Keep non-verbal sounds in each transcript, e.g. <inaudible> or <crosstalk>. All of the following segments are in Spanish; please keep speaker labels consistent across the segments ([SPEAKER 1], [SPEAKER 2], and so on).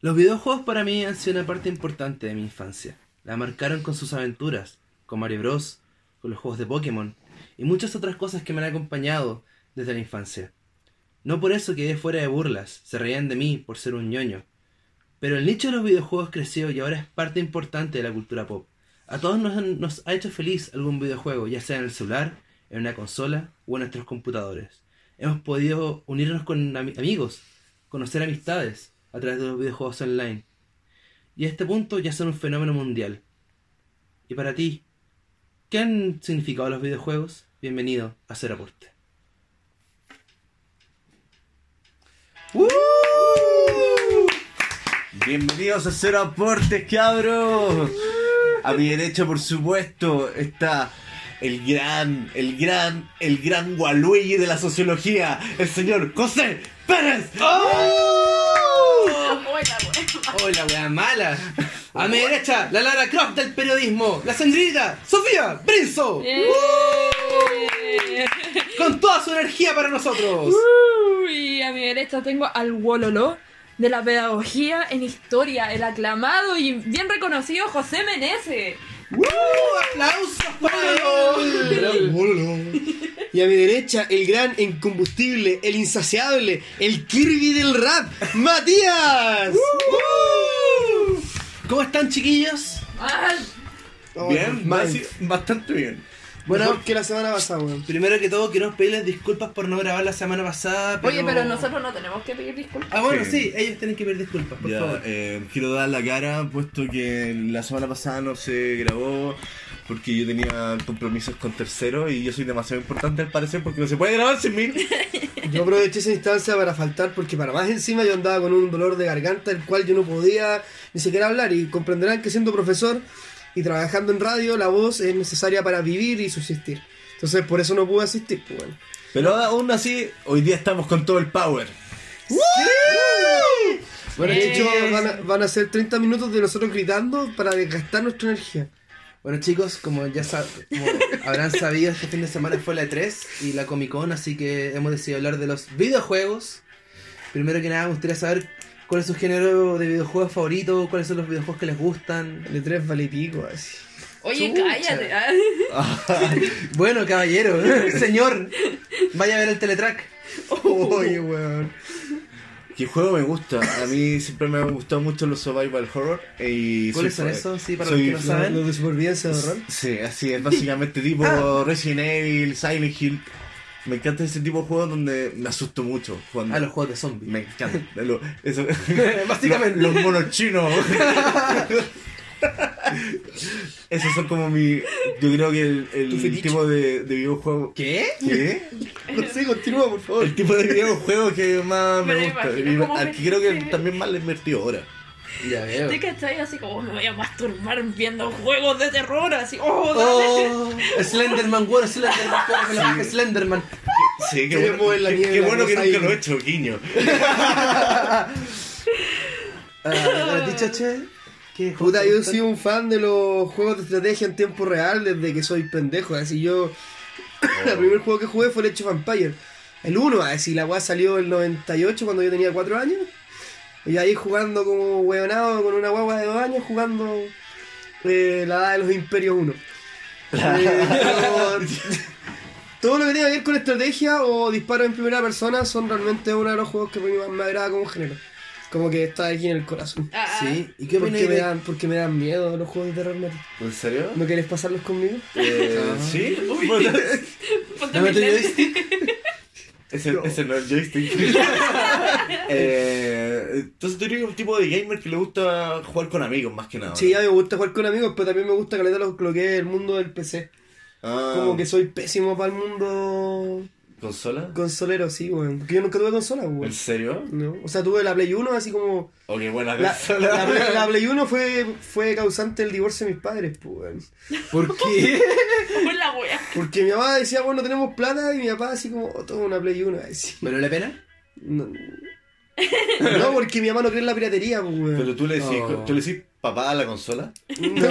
[SPEAKER 1] Los videojuegos para mí han sido una parte importante de mi infancia. La marcaron con sus aventuras, con Mario Bros, con los juegos de Pokémon y muchas otras cosas que me han acompañado desde la infancia. No por eso quedé fuera de burlas, se reían de mí por ser un ñoño. Pero el nicho de los videojuegos creció y ahora es parte importante de la cultura pop. A todos nos, han- nos ha hecho feliz algún videojuego, ya sea en el celular, en una consola o en nuestros computadores. Hemos podido unirnos con ami- amigos, conocer amistades a través de los videojuegos online. Y a este punto ya son un fenómeno mundial. Y para ti, ¿qué han significado los videojuegos? Bienvenido a Cero Aporte.
[SPEAKER 2] Bienvenidos a Cero Aportes, cabros. A mi derecha, por supuesto, está el gran, el gran, el gran Waluigi de la sociología, el señor José Pérez.
[SPEAKER 1] ¡Oh!
[SPEAKER 3] Hola, bueno.
[SPEAKER 1] ¡Hola, wea mala! A mi derecha, la Lara Croft del periodismo, la Sandrita, Sofía, Brinzo, ¡Uh! con toda su energía para nosotros.
[SPEAKER 3] Uh, Y a mi derecha tengo al Wololo de la pedagogía en historia, el aclamado y bien reconocido José Menezes.
[SPEAKER 1] ¡Uh! ¡Aplausos para él!
[SPEAKER 4] Y a mi derecha, el gran incombustible, el insaciable, el Kirby del rap, Matías.
[SPEAKER 1] ¡Uh! ¿Cómo están, chiquillos?
[SPEAKER 3] Ah,
[SPEAKER 4] Oh,
[SPEAKER 2] Bien,
[SPEAKER 4] man.
[SPEAKER 2] basi- bastante bien.
[SPEAKER 1] Bueno,
[SPEAKER 4] Mejor que la semana pasada, weón.
[SPEAKER 1] primero que todo, quiero pedirles disculpas por no grabar la semana pasada.
[SPEAKER 3] Oye, pero nosotros no tenemos que pedir disculpas.
[SPEAKER 1] Ah, bueno, sí.
[SPEAKER 2] Sí.
[SPEAKER 1] ellos tienen que pedir disculpas, por
[SPEAKER 2] Ya,
[SPEAKER 1] favor.
[SPEAKER 2] eh, quiero dar la cara, puesto que la semana pasada no se grabó porque yo tenía compromisos con terceros y yo soy demasiado importante al parecer porque no se puede grabar sin mí.
[SPEAKER 4] Yo aproveché esa instancia para faltar porque para más encima yo andaba con un dolor de garganta el cual yo no podía ni siquiera hablar y comprenderán que siendo profesor y trabajando en radio la voz es necesaria para vivir y subsistir. Entonces por eso no pude asistir, pues, bueno.
[SPEAKER 2] Pero aún así, hoy día estamos con todo el power.
[SPEAKER 4] Bueno,
[SPEAKER 3] Eh.
[SPEAKER 4] chicos, van a, van a ser 30 minutos de nosotros gritando para desgastar nuestra energía.
[SPEAKER 1] Bueno, chicos, como ya sab-
[SPEAKER 3] <laughs>
[SPEAKER 1] como habrán sabido, este fin de semana fue la E3 y la Comic Con, así que hemos decidido hablar de los videojuegos. Primero que nada, me gustaría saber cuál es su género de videojuegos favorito, cuáles son los videojuegos que les gustan.
[SPEAKER 4] El E3 vale pico, así.
[SPEAKER 3] Oye,
[SPEAKER 1] chucha.
[SPEAKER 3] cállate. ah.
[SPEAKER 1] Bueno,
[SPEAKER 3] <laughs>
[SPEAKER 1] caballero, señor, vaya a ver el Teletrack.
[SPEAKER 4] Oye, weón.
[SPEAKER 2] ¿Qué juego me gusta? A mí siempre me han gustado mucho los survival horror. Y
[SPEAKER 1] ¿Cuáles
[SPEAKER 2] soy-
[SPEAKER 1] son esos? Sí, para
[SPEAKER 2] soy-
[SPEAKER 1] los que no
[SPEAKER 4] ¿Saben?
[SPEAKER 1] saben.
[SPEAKER 4] Los de supervivencia, ¿verdad?
[SPEAKER 2] Sí, así es, básicamente tipo
[SPEAKER 1] Ah.
[SPEAKER 2] Resident Evil, Silent Hill. Me encanta ese tipo de juegos donde me asusto mucho. Cuando...
[SPEAKER 1] Ah, los juegos de zombies.
[SPEAKER 2] Me encanta. Lo-
[SPEAKER 1] <laughs>
[SPEAKER 2] eso-
[SPEAKER 1] Básicamente.
[SPEAKER 2] Los, los monos
[SPEAKER 1] <laughs>
[SPEAKER 2] chinos. Esos son como mi. Yo creo que el, el
[SPEAKER 4] Tu fetiche.
[SPEAKER 2] tipo de, de videojuego.
[SPEAKER 1] ¿Qué?
[SPEAKER 2] ¿Qué?
[SPEAKER 4] No sé, continúa, por favor.
[SPEAKER 2] El tipo de videojuego que más me,
[SPEAKER 3] Me lo
[SPEAKER 2] gusta.
[SPEAKER 3] imagino como
[SPEAKER 2] Al que creo que
[SPEAKER 3] fetiche.
[SPEAKER 2] también más le he invertido ahora.
[SPEAKER 1] Ya veo.
[SPEAKER 3] Estoy que estoy así como me voy a masturbar viendo juegos de terror, así, oh, dale.
[SPEAKER 1] Oh, Slenderman, bueno, Slenderman, me lo baja Slenderman.
[SPEAKER 2] Sí,
[SPEAKER 4] Que me mueve la
[SPEAKER 2] qué-
[SPEAKER 4] nieve,
[SPEAKER 2] qué
[SPEAKER 4] la
[SPEAKER 2] bueno que
[SPEAKER 4] cosa
[SPEAKER 2] nunca
[SPEAKER 4] ahí.
[SPEAKER 2] lo he hecho, <laughs> guiño.
[SPEAKER 1] <laughs> Ah, ¿Para ti, Chache? ¿Qué juegos
[SPEAKER 4] Puta,
[SPEAKER 1] te
[SPEAKER 4] yo he
[SPEAKER 1] gustan?
[SPEAKER 4] sido un fan de los juegos de estrategia en tiempo real desde que soy pendejo. Así yo. el primer juego que jugué fue el Age of Empire. El 1, así la weá salió el 98 cuando yo tenía 4 años. Y ahí jugando como hueonado con una guagua de 2 años jugando eh, la edad de los Imperios 1. Eh, pero- todo lo que tenga que ver con estrategia o disparos en primera persona son realmente uno de los juegos que a mí más me agrada como género. Como que está aquí en el corazón.
[SPEAKER 3] Ah,
[SPEAKER 1] Sí, ¿y qué opináis
[SPEAKER 4] Porque me,
[SPEAKER 1] de
[SPEAKER 4] dan, porque me dan miedo los juegos de terror, Mati.
[SPEAKER 2] ¿En serio?
[SPEAKER 4] ¿No querés pasarlos conmigo?
[SPEAKER 2] Eh,
[SPEAKER 1] Ah.
[SPEAKER 2] sí. <laughs>
[SPEAKER 3] ponte
[SPEAKER 1] Dame
[SPEAKER 3] mis
[SPEAKER 1] tu
[SPEAKER 3] lentes.
[SPEAKER 1] joystick.
[SPEAKER 2] Ese,
[SPEAKER 4] No.
[SPEAKER 2] ese no es <laughs> joystick. eh, entonces tú eres un tipo de gamer que le gusta jugar con amigos más que nada.
[SPEAKER 4] Sí, a mí me gusta jugar con amigos, pero también me gusta caleta lo, lo que es el mundo del PC.
[SPEAKER 2] Ah,
[SPEAKER 4] Como que soy pésimo para el mundo
[SPEAKER 2] ¿Consola?
[SPEAKER 4] consolero, sí, weón. Porque yo nunca tuve consola,
[SPEAKER 2] ¿En
[SPEAKER 4] weón.
[SPEAKER 2] serio?
[SPEAKER 4] ¿No? O sea, tuve la Play 1, así como...
[SPEAKER 2] Ok, buena
[SPEAKER 4] La,
[SPEAKER 2] consola.
[SPEAKER 4] la Play, la Play 1 fue, fue causante del divorcio de mis padres, pues, weón.
[SPEAKER 1] ¿Por qué? <laughs>
[SPEAKER 3] <laughs> Hola, wea.
[SPEAKER 4] Porque mi mamá decía, bueno, no tenemos plata, y mi papá así como, oh, toma una Play 1, así.
[SPEAKER 1] ¿Valió la pena?
[SPEAKER 4] No, no, porque mi mamá no cree en la piratería, pues, weón.
[SPEAKER 2] Pero tú le decís,
[SPEAKER 1] Oh.
[SPEAKER 2] tú le decís papá a la consola?
[SPEAKER 4] No,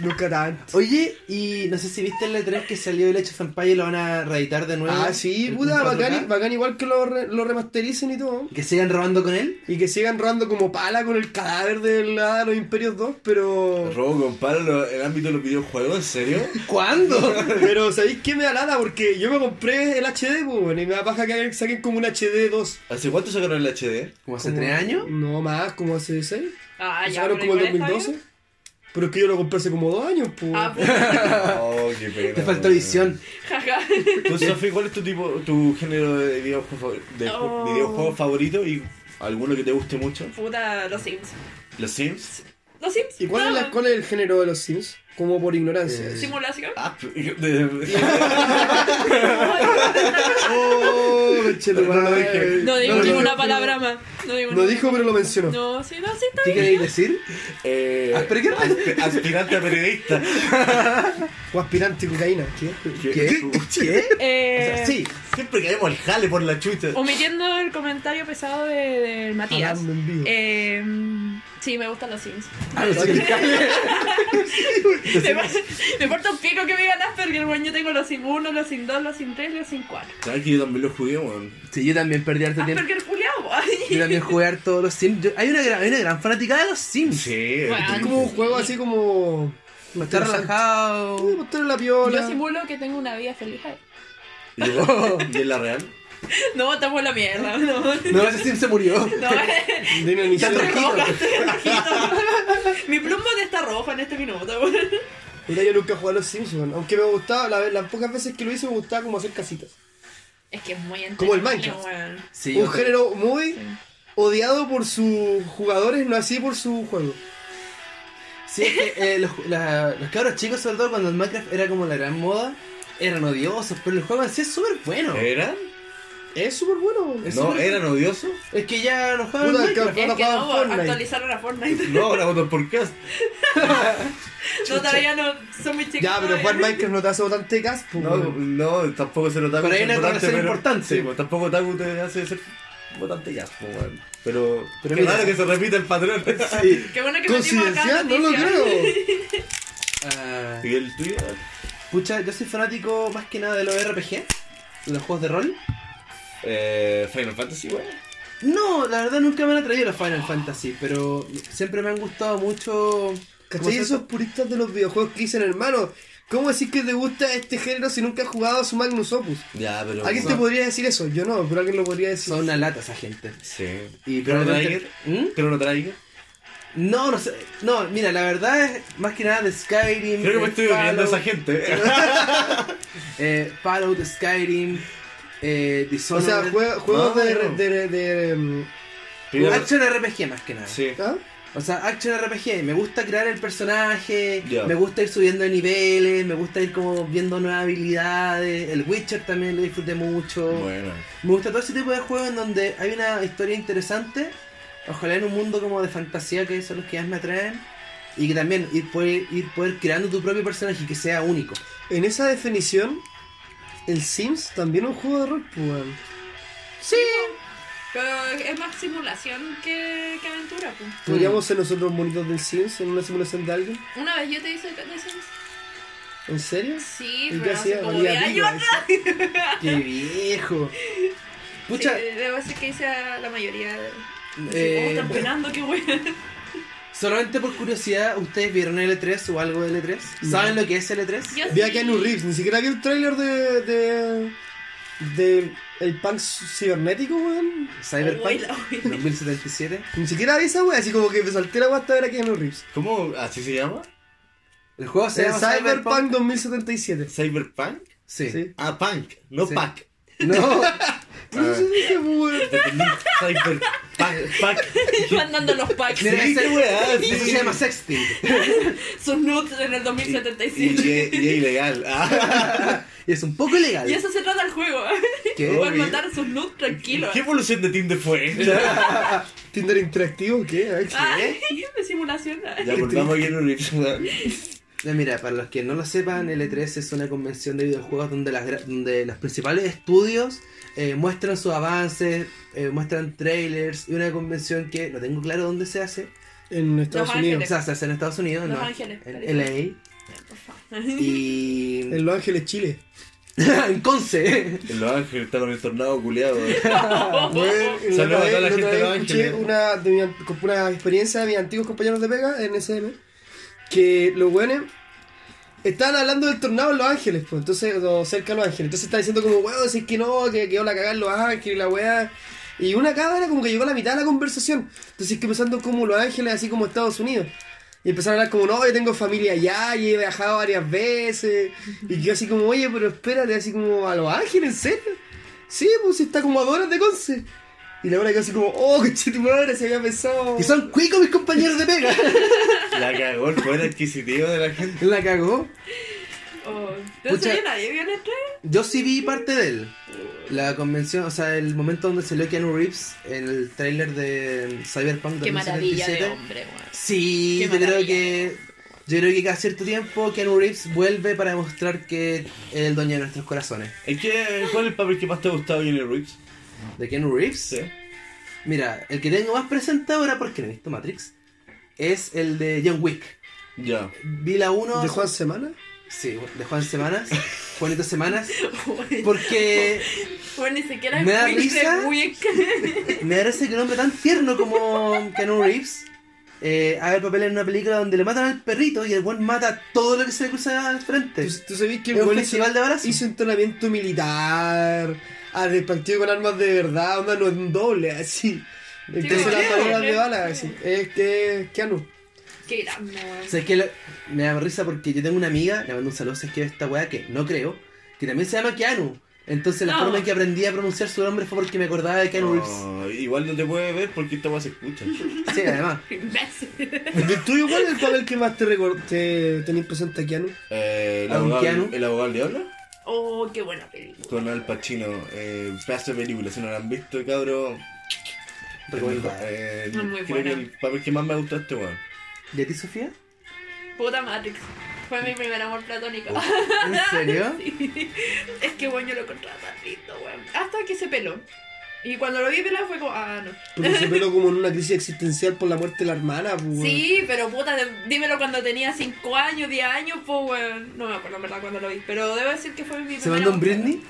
[SPEAKER 4] nunca tanto.
[SPEAKER 1] Oye, y no sé si viste el E3 que salió el Age of Empires y lo van a reeditar de nuevo.
[SPEAKER 4] Ah, sí,
[SPEAKER 1] en-
[SPEAKER 4] puta,
[SPEAKER 1] en 4K.
[SPEAKER 4] bacán, bacán igual que lo, re- lo remastericen y todo.
[SPEAKER 1] ¿Y Que sigan robando con él.
[SPEAKER 4] Y que sigan rodando como pala con el cadáver de la- los Imperios 2, pero...
[SPEAKER 2] Robo con palo lo- el ámbito de los videojuegos, ¿en serio?
[SPEAKER 1] ¿Cuándo?
[SPEAKER 4] Pero ¿sabéis qué me da lata? Porque yo me compré el HD, pues, bueno, y me da paja que saquen como un HD 2.
[SPEAKER 2] ¿Hace cuánto sacaron
[SPEAKER 1] <laughs>
[SPEAKER 2] el HD?
[SPEAKER 1] <laughs> ¿Como hace
[SPEAKER 4] Como-
[SPEAKER 1] tres años?
[SPEAKER 4] No, más, como hace 6.
[SPEAKER 3] Ah, ya.
[SPEAKER 4] sacaron
[SPEAKER 3] pero
[SPEAKER 4] como el
[SPEAKER 3] igual está
[SPEAKER 4] 2012.
[SPEAKER 3] bien.
[SPEAKER 4] Pero es que yo lo compré hace como dos años, pues.
[SPEAKER 3] Ah, puta,
[SPEAKER 2] Oh, qué pena.
[SPEAKER 1] Te faltó visión.
[SPEAKER 3] <laughs> jaja.
[SPEAKER 2] Tú, Sofi, ¿cuál es tu tipo, tu género de videojuego, de ju-
[SPEAKER 3] Oh.
[SPEAKER 2] videojuego favorito y alguno que te guste mucho?
[SPEAKER 3] Puta, los Sims.
[SPEAKER 2] ¿Los Sims?
[SPEAKER 3] Los Sims.
[SPEAKER 4] ¿Y cuál es, la-
[SPEAKER 3] nada.
[SPEAKER 4] cuál es el género de los Sims? Como por ignorancia.
[SPEAKER 1] Eh,
[SPEAKER 3] Simulación.
[SPEAKER 2] Ah, <laughs> p- de-
[SPEAKER 4] Ah.
[SPEAKER 3] <laughs>
[SPEAKER 4] ¡Oh! conchetumare.
[SPEAKER 2] Pero no lo dije.
[SPEAKER 3] pues, No digo
[SPEAKER 4] No, no,
[SPEAKER 3] ninguna
[SPEAKER 4] no,
[SPEAKER 3] palabra más. No digo
[SPEAKER 4] Lo
[SPEAKER 3] ninguna-
[SPEAKER 4] dijo, pero lo mencionó.
[SPEAKER 3] No, sí, no, sí, está
[SPEAKER 1] ¿Qué queréis decir?
[SPEAKER 2] eh,
[SPEAKER 1] Ah, ¿Pero qué raro?
[SPEAKER 2] asp- aspirante a periodista.
[SPEAKER 4] O aspirante a cocaína. ¿Qué?
[SPEAKER 2] ¿Qué?
[SPEAKER 1] ¿Qué? O
[SPEAKER 3] Eh,
[SPEAKER 1] sea, sí.
[SPEAKER 2] Siempre caemos el jale por la chucha.
[SPEAKER 3] Oh. Omitiendo el comentario pesado de, de Matías.
[SPEAKER 4] Hablando en vivo.
[SPEAKER 3] Eh, sí, me gustan los Sims. <laughs>
[SPEAKER 1] Ah, no
[SPEAKER 4] <laughs>
[SPEAKER 1] sé qué.
[SPEAKER 3] me, pa- me porta un pico que me digan Asperger, weón. Yo tengo los Sims 1, los Sims 2, los Sims 3 los Sims 4.
[SPEAKER 2] ¿Sabes que yo también lo jugué, weón?
[SPEAKER 1] Sí, yo también perdí harto tiempo.
[SPEAKER 3] Asperger culiao,
[SPEAKER 1] Yo
[SPEAKER 3] weón.
[SPEAKER 1] también jugué harto los Sims. Yo- hay, una gran, hay una gran fanaticada de los Sims.
[SPEAKER 2] Sí.
[SPEAKER 3] Bueno.
[SPEAKER 4] Es como un juego así como.
[SPEAKER 1] Está
[SPEAKER 4] Sí,
[SPEAKER 1] relajado.
[SPEAKER 4] pues, tú eres la piola.
[SPEAKER 3] Yo simulo que tengo una vida feliz. ay.
[SPEAKER 2] ¿Y en- y en la real?
[SPEAKER 3] <laughs> No, estamos en la
[SPEAKER 4] <laughs>
[SPEAKER 3] mierda. No, no,
[SPEAKER 1] No, ese Sim se murió.
[SPEAKER 3] eh,
[SPEAKER 4] De una
[SPEAKER 3] estoy
[SPEAKER 4] inicial.
[SPEAKER 3] roja, estoy rojito. Mi plumón está rojo en este minuto, weón.
[SPEAKER 4] Mira, yo nunca jugué a los Sims, weón. Aunque me gustaba, la- las pocas veces que lo hice me gustaba como hacer casitas.
[SPEAKER 3] Es que es muy entretenido,
[SPEAKER 4] Como el Minecraft.
[SPEAKER 3] weón.
[SPEAKER 1] Sí,
[SPEAKER 4] un
[SPEAKER 1] yo-
[SPEAKER 4] género muy odiado por sus jugadores, no así por su juego.
[SPEAKER 1] Sí, es que eh, los, la- los cabros chicos, sobre todo cuando el Minecraft era como la gran moda, eran odiosos, pero el juego en sí es súper bueno.
[SPEAKER 2] ¿Eran?
[SPEAKER 4] Es súper bueno. weón.
[SPEAKER 1] Es
[SPEAKER 2] ¿No
[SPEAKER 1] súper-
[SPEAKER 2] eran odiosos?
[SPEAKER 1] Es que ya los juegan
[SPEAKER 4] Puta,
[SPEAKER 1] Minecraft.
[SPEAKER 4] Ahora
[SPEAKER 3] Es que
[SPEAKER 4] juegan
[SPEAKER 3] no,
[SPEAKER 4] Fortnite.
[SPEAKER 3] actualizaron a
[SPEAKER 4] <laughs>
[SPEAKER 3] Fortnite.
[SPEAKER 2] No, ahora votan por cast.
[SPEAKER 3] No, todavía no son muy chicos.
[SPEAKER 4] Ya, pero
[SPEAKER 3] todavía.
[SPEAKER 4] jugar Minecraft no te hace botante gas, pues,
[SPEAKER 2] No,
[SPEAKER 4] weón.
[SPEAKER 2] no, tampoco ser otaku
[SPEAKER 1] Pero
[SPEAKER 2] es
[SPEAKER 1] hay una
[SPEAKER 2] importante,
[SPEAKER 1] relación importante.
[SPEAKER 2] Sí, pues tampoco otaku te hace ser votante ya, pues, weón. Pero,
[SPEAKER 1] Pero
[SPEAKER 2] qué
[SPEAKER 1] mira.
[SPEAKER 2] raro que se repita el
[SPEAKER 1] <laughs>
[SPEAKER 2] patrón.
[SPEAKER 3] Qué bueno que metimos acá
[SPEAKER 4] Coincidencial, no lo
[SPEAKER 3] noticias.
[SPEAKER 4] creo.
[SPEAKER 1] Ah,
[SPEAKER 2] <laughs> ¿Y el tuyo?
[SPEAKER 1] pucha, yo soy fanático más que nada de los RPG, de los juegos de rol.
[SPEAKER 2] Eh, Final Fantasy, weón.
[SPEAKER 1] No, la verdad nunca me han atraído los Final Fantasy, pero siempre me han gustado mucho. como
[SPEAKER 4] ¿Cachai? Esos puristas de los videojuegos que dicen, hermano, ¿cómo decís que te gusta este género si nunca has jugado a su Magnus Opus?
[SPEAKER 2] Ya, pero.
[SPEAKER 4] ¿Alguien te
[SPEAKER 2] no.
[SPEAKER 4] podría decir eso? Yo no, pero alguien lo podría decir.
[SPEAKER 1] Son una lata esa gente.
[SPEAKER 2] Sí.
[SPEAKER 1] Y
[SPEAKER 2] ¿Pero no
[SPEAKER 1] probablemente-
[SPEAKER 2] Trigger?
[SPEAKER 1] ¿Mm?
[SPEAKER 2] ¿Pero no traigo?
[SPEAKER 1] No, no sé. No, mira, la verdad es más que nada de Skyrim.
[SPEAKER 2] Creo que
[SPEAKER 1] de
[SPEAKER 2] me estoy uniendo a esa
[SPEAKER 1] Fallout.
[SPEAKER 2] gente. <laughs>
[SPEAKER 1] Eh, Fallout, Skyrim, eh,
[SPEAKER 4] O
[SPEAKER 1] Dishonored.
[SPEAKER 4] sea, jue- juegos
[SPEAKER 2] No,
[SPEAKER 4] de,
[SPEAKER 2] no.
[SPEAKER 4] de- de- de, em,
[SPEAKER 2] Pero-
[SPEAKER 1] Action RPG más que nada.
[SPEAKER 2] Sí.
[SPEAKER 4] ¿ah?
[SPEAKER 1] O sea, Action RPG. Me gusta crear el personaje,
[SPEAKER 2] Ya.
[SPEAKER 1] me gusta ir subiendo de niveles, me gusta ir como viendo nuevas habilidades. El Witcher también lo disfruté mucho.
[SPEAKER 2] Bueno.
[SPEAKER 1] Me gusta todo ese tipo de juegos en donde hay una historia interesante. Ojalá en un mundo como de fantasía que son los que más me atraen. Y que también ir poder, ir poder creando tu propio personaje y que sea único.
[SPEAKER 4] En esa definición, el Sims también es un juego de rol, pues, weón.
[SPEAKER 1] Sí.
[SPEAKER 3] Pero es más simulación que, que aventura, pues.
[SPEAKER 4] Podríamos ser nosotros monitos del Sims en una simulación de alguien.
[SPEAKER 3] Una vez yo te hice The Sims.
[SPEAKER 4] ¿En serio?
[SPEAKER 3] Sí,
[SPEAKER 4] ¿Y qué
[SPEAKER 3] pero hace
[SPEAKER 4] hacía?
[SPEAKER 3] como
[SPEAKER 4] Olía
[SPEAKER 3] 10
[SPEAKER 4] a
[SPEAKER 3] años.
[SPEAKER 4] piña,
[SPEAKER 1] Qué viejo. Pucha,
[SPEAKER 3] Sí, debo decir que hice a la mayoría. de-
[SPEAKER 1] Eh,
[SPEAKER 3] Oh, están penando, qué
[SPEAKER 4] <laughs>
[SPEAKER 3] bueno.
[SPEAKER 1] solamente por curiosidad, ¿ustedes vieron L3 o algo de L3?
[SPEAKER 4] No.
[SPEAKER 1] ¿Saben lo que es E L3?
[SPEAKER 3] Yo
[SPEAKER 4] Vi a
[SPEAKER 3] sí.
[SPEAKER 4] Keanu Reeves, ni siquiera vi el tráiler de. de. de el punk cibernético, weón.
[SPEAKER 1] Cyberpunk
[SPEAKER 3] Oila, oila.
[SPEAKER 1] 2077.
[SPEAKER 4] Ni siquiera vi esa weón, así como que me salté la weá hasta ver a Keanu Reeves.
[SPEAKER 2] ¿Cómo así se llama?
[SPEAKER 1] El juego se
[SPEAKER 4] El
[SPEAKER 1] llama
[SPEAKER 4] Cyberpunk
[SPEAKER 1] Cyberpunk.
[SPEAKER 4] 2077.
[SPEAKER 2] ¿Cyberpunk?
[SPEAKER 1] Sí.
[SPEAKER 4] Sí.
[SPEAKER 2] Ah, punk, no
[SPEAKER 1] Sí.
[SPEAKER 2] pack.
[SPEAKER 4] <laughs>
[SPEAKER 1] No.
[SPEAKER 4] No sé qué, weón.
[SPEAKER 2] Cyberpunk.
[SPEAKER 1] <laughs>
[SPEAKER 2] Pack.
[SPEAKER 3] <laughs> Mandando los packs. eh,
[SPEAKER 1] Mira,
[SPEAKER 2] Sí,
[SPEAKER 1] ese-
[SPEAKER 2] qué weá, sí.
[SPEAKER 1] Eso se llama sexting.
[SPEAKER 3] Sus nudes en el
[SPEAKER 2] Y,
[SPEAKER 3] 2077.
[SPEAKER 2] y, y es
[SPEAKER 1] <laughs>
[SPEAKER 2] ilegal. Ah.
[SPEAKER 1] Y es un poco ilegal.
[SPEAKER 3] <laughs> Y eso se trata el juego.
[SPEAKER 1] ¿Qué?
[SPEAKER 3] Igual
[SPEAKER 2] Obvio.
[SPEAKER 3] mandar sus nudes tranquilo.
[SPEAKER 2] ¿Qué evolución de Tinder fue?
[SPEAKER 4] ¿Tinder interactivo? ¿Qué? Ay,
[SPEAKER 3] Ah,
[SPEAKER 4] ¿Eh?
[SPEAKER 3] Ay, de <laughs> simulación. ay.
[SPEAKER 2] pues, Ya volvamos a Keanu Reeves. weón.
[SPEAKER 1] Ya, Eh, mira, para los que no lo sepan, L3 es una convención de videojuegos donde, las, gra- donde los principales estudios eh, muestran sus avances, eh, muestran trailers y una convención que no tengo claro dónde se hace.
[SPEAKER 4] En Estados
[SPEAKER 3] Los
[SPEAKER 1] O
[SPEAKER 4] Unidos.
[SPEAKER 3] Ángeles.
[SPEAKER 1] sea, se hace en Estados Unidos,
[SPEAKER 3] Los
[SPEAKER 1] no,
[SPEAKER 3] Ángeles,
[SPEAKER 1] en LA. Y.
[SPEAKER 4] En Los Ángeles, Chile.
[SPEAKER 1] <laughs> en Conce.
[SPEAKER 2] En Los Ángeles está con el tornado culiado.
[SPEAKER 4] Bueno,
[SPEAKER 1] Saludos
[SPEAKER 4] la otra
[SPEAKER 1] a toda
[SPEAKER 4] vez-
[SPEAKER 1] la
[SPEAKER 4] la
[SPEAKER 1] gente
[SPEAKER 4] otra
[SPEAKER 1] de Los
[SPEAKER 4] vez escuché
[SPEAKER 1] Ángeles.
[SPEAKER 4] una, de mi an- como una experiencia de mis antiguos compañeros de pega en SM que los weones estaban hablando del tornado en Los Ángeles, pues, entonces, o cerca de Los Ángeles. Entonces estaban diciendo como, weón, si es que no, que quedó la cagada en Los Ángeles, la weá. Y una cámara como que llegó a la mitad de la conversación. Entonces que pensando como Los Ángeles, así como Estados Unidos. Y empezaron a hablar como, no, yo tengo familia allá y he viajado varias veces. Y yo así como, oye, pero espérate, así como, ¿a Los Ángeles, en serio? Sí, pues está como a dos horas de Conce. Y la hora que así como, oh, <laughs> coche tu madre, se había pensado.
[SPEAKER 1] Y son cuicos mis compañeros de pega.
[SPEAKER 2] La cagó el poder adquisitivo de la gente.
[SPEAKER 1] La cagó.
[SPEAKER 3] Oh,
[SPEAKER 1] Pucha.
[SPEAKER 3] ¿Entonces ya nadie vio el estreno?
[SPEAKER 1] Yo sí vi parte de él. La convención, o sea, el momento donde salió Keanu Reeves en el tráiler de Cyberpunk 2077.
[SPEAKER 3] Qué maravilla de hombre, weón.
[SPEAKER 1] Sí,
[SPEAKER 3] Qué
[SPEAKER 1] yo creo
[SPEAKER 3] maravilla.
[SPEAKER 1] que. Yo creo que cada cierto tiempo Keanu Reeves vuelve para demostrar que es el dueño de nuestros corazones.
[SPEAKER 2] ¿En qué, ¿Cuál es el papel que más te ha gustado en el Reeves?
[SPEAKER 1] ¿De Keanu Reeves?
[SPEAKER 2] Sí.
[SPEAKER 1] Mira, el que tengo más presente ahora, porque no he visto Matrix, es el de John Wick.
[SPEAKER 2] Ya.
[SPEAKER 1] Vi la 1.
[SPEAKER 4] ¿De Juan Semana?
[SPEAKER 1] Sí, de Juan Semanas. Juanito Semanas. Porque
[SPEAKER 3] <laughs> Bueno, ni siquiera
[SPEAKER 1] Me da
[SPEAKER 3] Wick de
[SPEAKER 1] risa.
[SPEAKER 3] Wick.
[SPEAKER 1] me parece que un hombre tan tierno como Keanu Reeves eh, haga el papel en una película donde le matan al perrito y el buen mata todo lo que se le cruza al
[SPEAKER 4] ¿Tú,
[SPEAKER 1] frente.
[SPEAKER 4] tú sabés que el
[SPEAKER 1] Es un
[SPEAKER 4] Pues, weón
[SPEAKER 1] festival de abrazos.
[SPEAKER 4] hizo entrenamiento militar, a partido con armas de verdad, onda no es un doble, así. Entonces
[SPEAKER 1] Sí,
[SPEAKER 4] las
[SPEAKER 1] creo,
[SPEAKER 4] palabras de
[SPEAKER 3] creo.
[SPEAKER 4] balas, así. Es que, que no.
[SPEAKER 3] <laughs> Qué gran, weón.
[SPEAKER 1] O sea, es que la- me da risa porque yo tengo una amiga, le mando un saludo si es que ve esta weá que no creo, que también se llama Keanu. Entonces la
[SPEAKER 3] No.
[SPEAKER 1] forma en que aprendí a pronunciar su nombre fue porque me acordaba de Keanu Reeves.
[SPEAKER 2] Oh, igual no te puede ver porque esta más se escucha.
[SPEAKER 1] Sí, además.
[SPEAKER 3] Imbécil.
[SPEAKER 4] ¿Del tuyo cuál es el papel que más te, recor- te tenés presente a Keanu?
[SPEAKER 2] Eh, el,
[SPEAKER 1] ¿A un
[SPEAKER 2] abogado,
[SPEAKER 1] Keanu?
[SPEAKER 2] ¿El abogado del diablo?
[SPEAKER 3] Oh, qué buena película.
[SPEAKER 2] Con Al Pacino. Eh, pedazo de película. Si no la han visto, cabrón.
[SPEAKER 1] Recomendada.
[SPEAKER 2] Eh,
[SPEAKER 3] Es muy
[SPEAKER 2] creo que
[SPEAKER 3] buena.
[SPEAKER 2] el papel que más me ha gustado es este weón.
[SPEAKER 1] ¿Y a ti, Sofía?
[SPEAKER 3] Puta Matrix. Fue mi primer amor platónico.
[SPEAKER 1] Oh. ¿En serio?
[SPEAKER 3] Sí. <laughs> Es que bueno, yo lo encontraba tan lindo, weón. Hasta que se peló. Y cuando lo vi pelado fue como, ah, no.
[SPEAKER 4] Porque se peló como en una crisis existencial por la muerte de la hermana, pues. weón.
[SPEAKER 3] Sí, pero puta, de- dímelo cuando tenía 5 años, 10 años, pues weón. No me acuerdo en verdad cuando lo vi, pero debo decir que fue mi primer
[SPEAKER 1] ¿Se mandó un
[SPEAKER 3] amor
[SPEAKER 1] Britney?